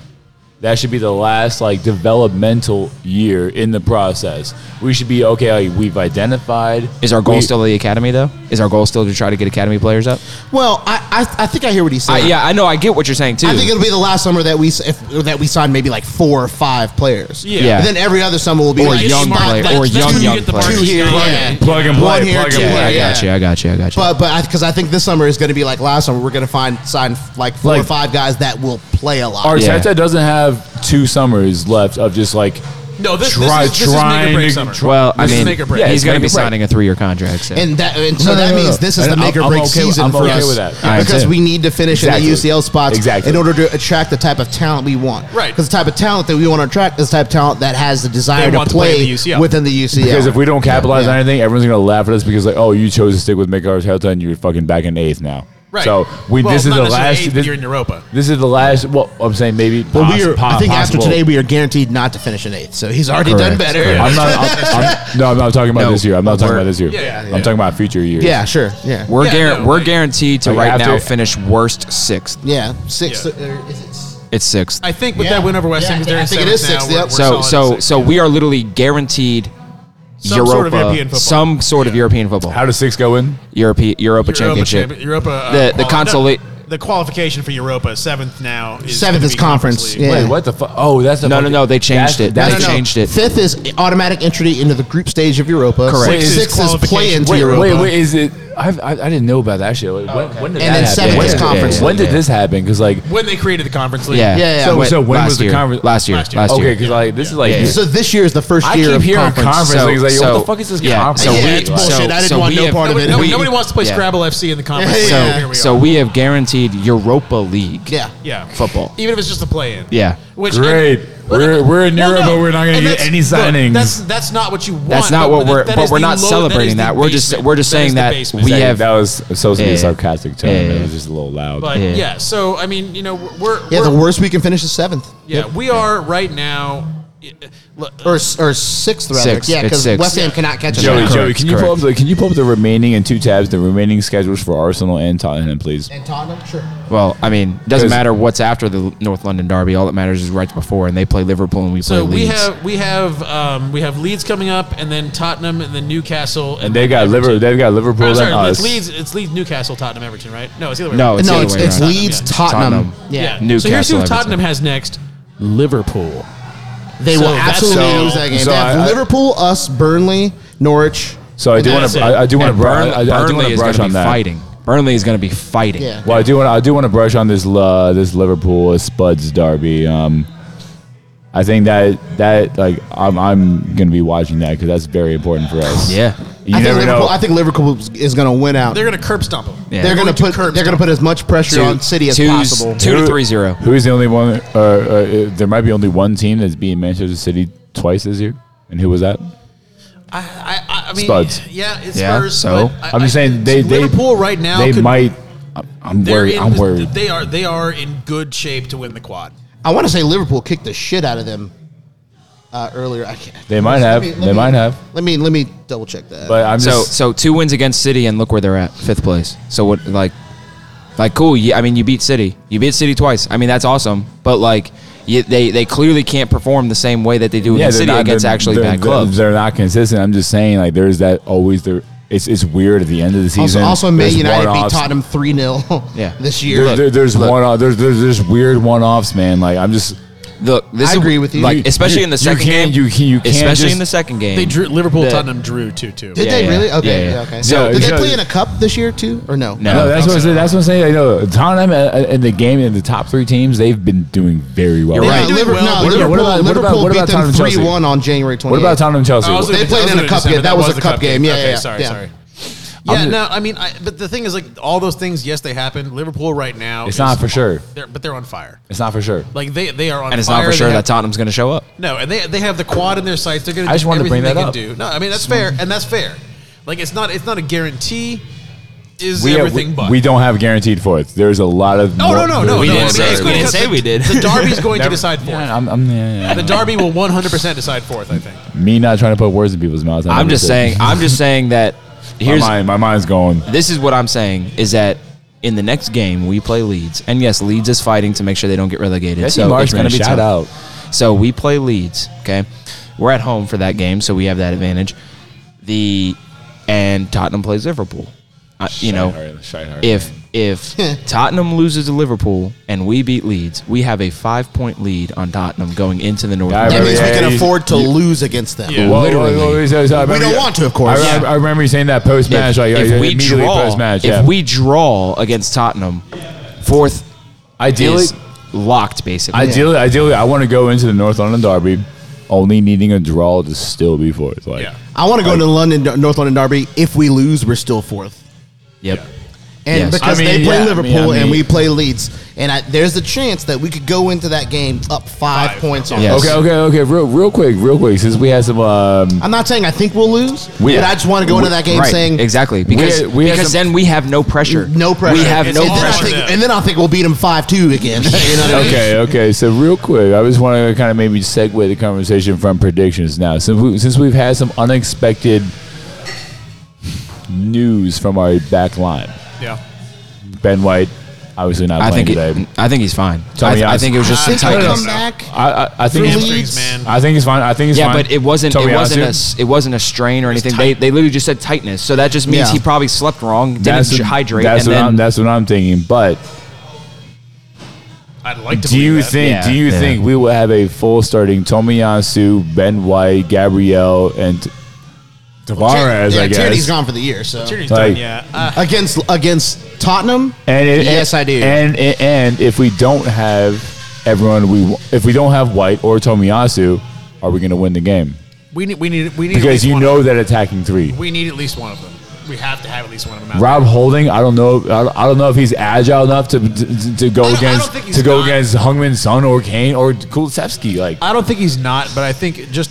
that should be the last like developmental year in the process. We should be okay. Like, we've identified. Is our goal we- still the academy though? Is our goal still to try to get academy players up? Well, I, I I think I hear what he's I, saying. yeah, I know. I get what you're saying too. I think it'll be the last summer that we s- if, that we sign maybe like four or five players. Yeah. Yeah. And then every other summer will be Or like young spot- player- like or two young, when you young get the player. Barca Two here, guy. yeah. plug and One play. here, Plug two there, and yeah, play. I got yeah. you. I got you. I got you. But but because I, think this summer is going to be like last summer, we're going to find sign like four or Like- five guys that will play a lot. Arteta Yeah. doesn't have two summers left of just like No, this, Try- this is, this is make or trying break to summer. try- Well, I This is mean, make or break. Yeah, he's it's going to make be or break. signing a three-year contract. So. And that and so No, no, that no, no. means this is And the I'm- make or I'm break okay with- season I'm for okay us with that. I because am too. we need to finish Exactly. in the UCL spots Exactly. in order to attract the type of talent we want. Right. Because the type of talent that we want to attract is the type of talent that has the desire They to want to play in play, the UCL. within the UCL. Because if we don't capitalize Yeah. on anything, everyone's gonna laugh at us because like, oh, you chose to stick with Mikel Arteta and you're fucking back in eighth now. Right. So we Well, this is not the necessarily last. eighth, This, you're in Europa. This is the last. Well, I'm saying maybe. Well, poss- we are, po- I think possible. after today we are guaranteed not to finish in eighth. So he's already done Correct. better. Correct. I'm not. (laughs) I'm, I'm, no, I'm not talking about No, this year. I'm not talking we're- about this year. Yeah, yeah, I'm talking about future years. Yeah, sure. Yeah. We're Yeah, guar- no, we're like- guaranteed to Like, right after- now finish worst sixth. yeah. Six. Yeah. Or is it s- It's sixth. I think with Yeah. that win over West Yeah, Ham, because I they're in think it seventh now, is sixth, we're- yep. we're so solid so in so sixth. we are literally guaranteed Some Europa, sort of European football. some sort of European football, How does six go in? Europe, Europa Europa, Championship. champi- Europa uh, The- the quali- consola- no, the qualification for Europa seventh now. Is Seventh gonna is be conference, League. yeah. Wait, what the fuck? Oh, that's the No, no, fucking- no, they changed that's- it. that's- They changed it. Fifth is automatic entry into the group stage of Europa. Correct. Six Six, is is play qualification. into Wait, Europa. wait, wait, is it? I've, I, I didn't know about that shit. When, when did And that then happen? seventh When is did- conference When did league. this happen? Because like, When they created the conference league, yeah. Yeah, yeah. So- Wait, so when last was the year. conference- Last year. Last Last year. year. okay, because like this is like. Yeah, yeah. So this year is the first I year keep of hearing conference. conference. league, like, what the fuck is this conference? So Yeah, we, it's bullshit. So, I didn't so want we no have- part of Nobody, it. nobody, we- nobody wants to play yeah. Scrabble FC in the conference. Yeah, league. yeah, yeah. Here we So are. we have guaranteed Europa League. Yeah. yeah, Football. Even if it's just a play-in. Yeah. Which Great. We're- we're in Europe, but we're not gonna And get that's- any look, signings. That's that's not what you want. That's not but- what but we're- that but is we're the not low- that is celebrating the that. We're just- basement. we're just is saying the that basement. we That- have- that was associated Yeah. with sarcastic tone. Yeah, yeah. It was just a little loud. But yeah. Yeah. so I mean, you know, we're Yeah, we're, the worst we can finish is seventh. yeah, we are right now. Look, Or, s- or sixth, rather. Sixth. Yeah, It's because sixth. West Ham cannot catch us. Joey, Correct, Joey, can you pull up correct. the can you pull up the remaining in two tabs the remaining schedules for Arsenal and Tottenham, please? And Tottenham? Sure. Well, I mean, it doesn't 'Cause- matter what's after the North London derby. All that matters is right before, and they play Liverpool and we So play we Leeds. have we have um, we have Leeds coming up, and then Tottenham, and then Newcastle, And they got Everton. Liverpool. They've got Liverpool Or, and sorry, us. it's Leeds, it's Leeds, Newcastle, Tottenham, Everton, right? No, it's the other way no, around. Oh, it's no, the it's, other way it's around. Leeds, Yeah. Tottenham. Tottenham. Yeah. So here's Newcastle, who Everton. Tottenham has next: Liverpool. They So will that's- absolutely so- lose that game. so they have I- I- Liverpool, us, Burnley, Norwich. So I And do want that's it. to. I, I do want And to. Burn- I, I do want Burnley to is going brush to be on that. fighting. Burnley is going to be fighting. Yeah. Well, I do want. I do want to brush on this. Uh, this Liverpool Spuds derby. Um, I think that that like I'm I'm going to be watching that because that's very important for us. Yeah. You I, think never know. Liverpool, I think Liverpool is- is going to win out. They're gonna curb stomp them. Yeah. They're They're going to going to put curb they're going to stomp. put as much pressure Two- on City as two's- possible. two to three zero. Who is the only one? Uh, uh, there might be only one team that's beaten Manchester City twice this year, and who was that? I, I, I mean, Spuds. Yeah, it's Yeah, Spurs. so- but I, I'm just I- saying they they Liverpool right now. they could, might. I'm- I'm they're worried. in I'm pos- worried. They are they are in good shape to win the quad. I want to say Liverpool kicked the shit out of them uh, earlier. I can't. They might Let have. me- let They me- might have. Let me let me double check that. But I'm So just. so two wins against City and look where they're at, fifth place. So what like like cool, yeah, I mean you beat City. You beat City twice. I mean that's awesome. But like you, they they clearly can't perform the same way that they do yeah, against they're City not- against they're- actually they're- bad they're- clubs. They're not consistent. I'm just saying, like, there's that always there. It's it's weird at the end of the also, season. also Man There's United beat one-offs. Tottenham three 0 (laughs) (laughs) Yeah. this There- year. there- there's look. one. There's, there's there's weird one-offs, man. Like I'm just. Look, this I is- agree with you. Like especially in the You second can't- game, you can't- you can't especially just- in the second game. They drew Liverpool. The- Tottenham drew two two. Did Yeah, they yeah. really? Okay. Yeah, Yeah, yeah. okay. So- Did they Yeah. play in a cup this year too, or no? No. No, that's think what I'm so. saying. That's what I'm saying. Like, no, Tottenham uh, in the game in the top three teams, they've been doing very well. You're Yeah, right. Liver- Doing well. no, What Liverpool, about- what about- what Liverpool about- what beat about them Tottenham, Chelsea? three one on January twenty. What about Tottenham Chelsea? I was They looking- played I was in a looking at cup December. game. That was the cup game. Yeah, okay, yeah, sorry, yeah. sorry. I'm Yeah, ju- no, I mean, I, but the thing is, like, all those things, yes, they happen. Liverpool right now, It's is- not for sure. They're, but they're on fire. It's not for sure. Like they, they are on. and it's fire. not for sure They have- that Tottenham's going to show up. No, and they, they have the quad in their sights. They're going to. I just wanted to bring that they can up. Do. No, I mean that's fair, and that's fair. Like it's not it's not a guarantee. Is We, everything we, but we don't have guaranteed fourth. There's a lot of. No, no, no, no. We no, didn't I mean, say- it's we gonna didn't cut- say we the- did. The (laughs) derby's going to Never- decide fourth. Yeah, I'm, I'm, yeah, yeah, the derby will 100 percent decide fourth. I think. yeah. Me not trying to put words in people's mouths. I I'm never just said. saying. I'm just saying that. (laughs) My Here's mind, my mind's going. this is what I'm saying is that in the next game we play Leeds, and yes, Leeds is fighting to make sure they don't get relegated. Jesse so Marsh, it's going man, to be shout tough. So we play Leeds. Okay, we're at home for that game, so we have that advantage. The and Tottenham plays Liverpool. I, you know, Shite-heart, shite-heart. if if Tottenham loses to Liverpool and we beat Leeds, we have a five point lead on Tottenham going into the North. Yeah, I That London. means remember- we Yeah, can you- afford to lose against them. Yeah. Whoa, whoa, literally. whoa, so- so I remember don't you- want to, of course. I, I- Yeah. I remember you saying that post match. Like, if like, we immediately draw, post match. if Yeah. we draw against Tottenham, fourth ideally, is locked basically. Ideally, ideally, I want to go into the North London Derby, only needing a draw to still be fourth. Like, Yeah. I want to Oh. go to the London, North London Derby. If we lose, we're still fourth. Yep. And Yes. because I mean, they play yeah, I mean, Liverpool I and mean- we play Leeds, and I, there's a chance that we could go into that game up five, points on Yes. us. Okay, okay, okay. Real, real quick, real quick. Since we had some, um, I'm not saying I think we'll lose, We- but I just want to go into that game right. saying exactly because We- we had because some- then we have no pressure. no pressure. We have It's no and all then I pressure. pressure. think- and then I think we'll beat them five two (laughs) again. you know what I mean? okay, okay. So real quick, I just want to kind of maybe segue the conversation from predictions now, since we, since we've had some unexpected news from our back line. Yeah. Ben White, obviously not I playing think today. it, I think he's fine. Tell I, me th- I honest. think it was just some Think he'll come tightness. back. I, I, I think Three it's- Hamstrings, man. I think he's fine. I think he's Yeah, fine. but it wasn't. Tell me It honest wasn't a. here. s- It wasn't a strain or anything. They, tight. they literally just said tightness. So that just means Yeah. he probably slept wrong, didn't That's j- what- hydrate, That's and what I'm. then That's what I'm thinking. But I'd like to. do you believe that. think? Yeah. do you Yeah. think we will have a full starting Tomiyasu, Ben White, Gabrielle, and T- Tavares? yeah, I guess. Tierney's gone for the year. So Tierney's Like- done, yeah. Uh, against against Tottenham, And it, Yes, I do. And and- and if we don't have everyone, we wa- if we don't have White or Tomiyasu, are we going to win the game? we need. We need. We need. at Because least you one know of that attacking three. them. we need at least one of them. We have to have at least one of them. Out Rob Holding, I don't know. I don't- I don't know if he's agile enough to to, to I go don't- I don't against think he's to go not. against Hungman Son or Kane or Kulusevski. Like I don't think he's not, but I think just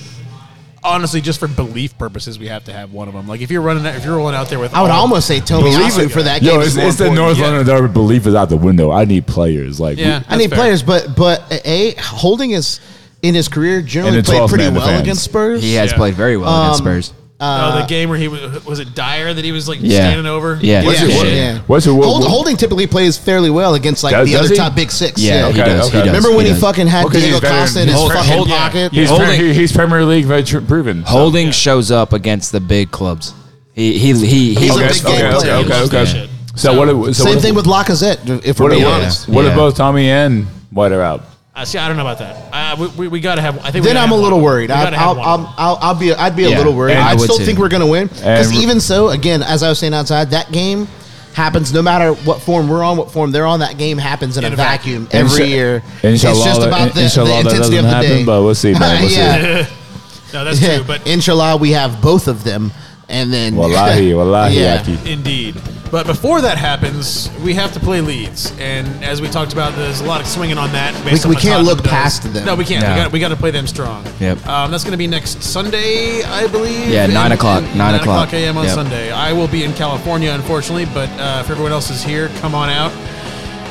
honestly, just for belief purposes, we have to have one of them. Like if you're running, if you're rolling out there with, I would all- almost say Tomiyasu for that game. yo, is it's, more it's the important. North yeah. London Derby. Belief is out the window. I need players. Like we- Yeah, I need that's fair. players, but but a holding is in his career generally And the played 12th pretty man, the well fans. against Spurs. he has Yeah. played very well against Um, Spurs. Oh, Uh, the game where he was, was it Dyer that he was like Yeah. standing over. Yeah. What's Yeah. it- what- Yeah. What's your- what- Hold- what- holding typically plays fairly well against like Does- the does other he? top big six. Yeah, he okay, does. okay. He does. Remember when he, does. fucking had Okay, Diego he's better Costa than- in his Hold- fucking hold- pocket? he's, Holding- Premier, he's Premier League veteran proven. Holding shows up against the big clubs. He he he. he He's a big game okay, okay, okay, player. He okay, loves okay. that shit. So, what? If, so Same what thing if, with Lacazette, if we're What, being if- honest. what if Yeah. both Tommy and White are out? Uh, see, I don't know about that. Uh, we we, we got to have. I think we Then gotta I'm a have little one. worried. We I, gotta have I'll, one of I'll, I'll, I'll be I'd be a Yeah. little worried. And I I would still too. think we're gonna win because And- even so, again, as I was saying outside, that game happens no matter what form we're on, what form they're on. That game happens in, a, a vacuum, vacuum. every Insha- year. Inshallah, it's just about that- the, the inshallah that intensity of doesn't the happen, day. but we'll see, (laughs) man. We'll see. yeah, No, (laughs) that's true. But inshallah, we have both of them, and then (laughs) Wallahi, wallahi, Yeah. Aki. Indeed. But before that happens, we have to play Leeds, and as we talked about, there's a lot of swinging on that. Based We- on we what can't Tottenham look does. past them. No, we can't. No. We got we got to play them strong. Yep. Um, that's going to be next Sunday, I believe. Yeah, nine And- o'clock, and nine Nine o'clock. o'clock a.m. on Yep. Sunday. I will be in California, unfortunately, but uh, if everyone else is here, come on out.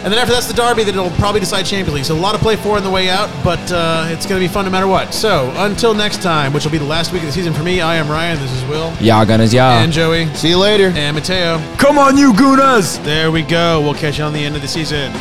And then after that's the derby that it'll probably decide Champions League. So a lot of play for on the way out, but uh, it's going to be fun no matter what. So until next time, which will be the last week of the season for me. I am Ryan. This is Will Y'all gunners, y'all. and Joey See you later. and Mateo. Come on, you Gunas! There we go. We'll catch you on the end of the season.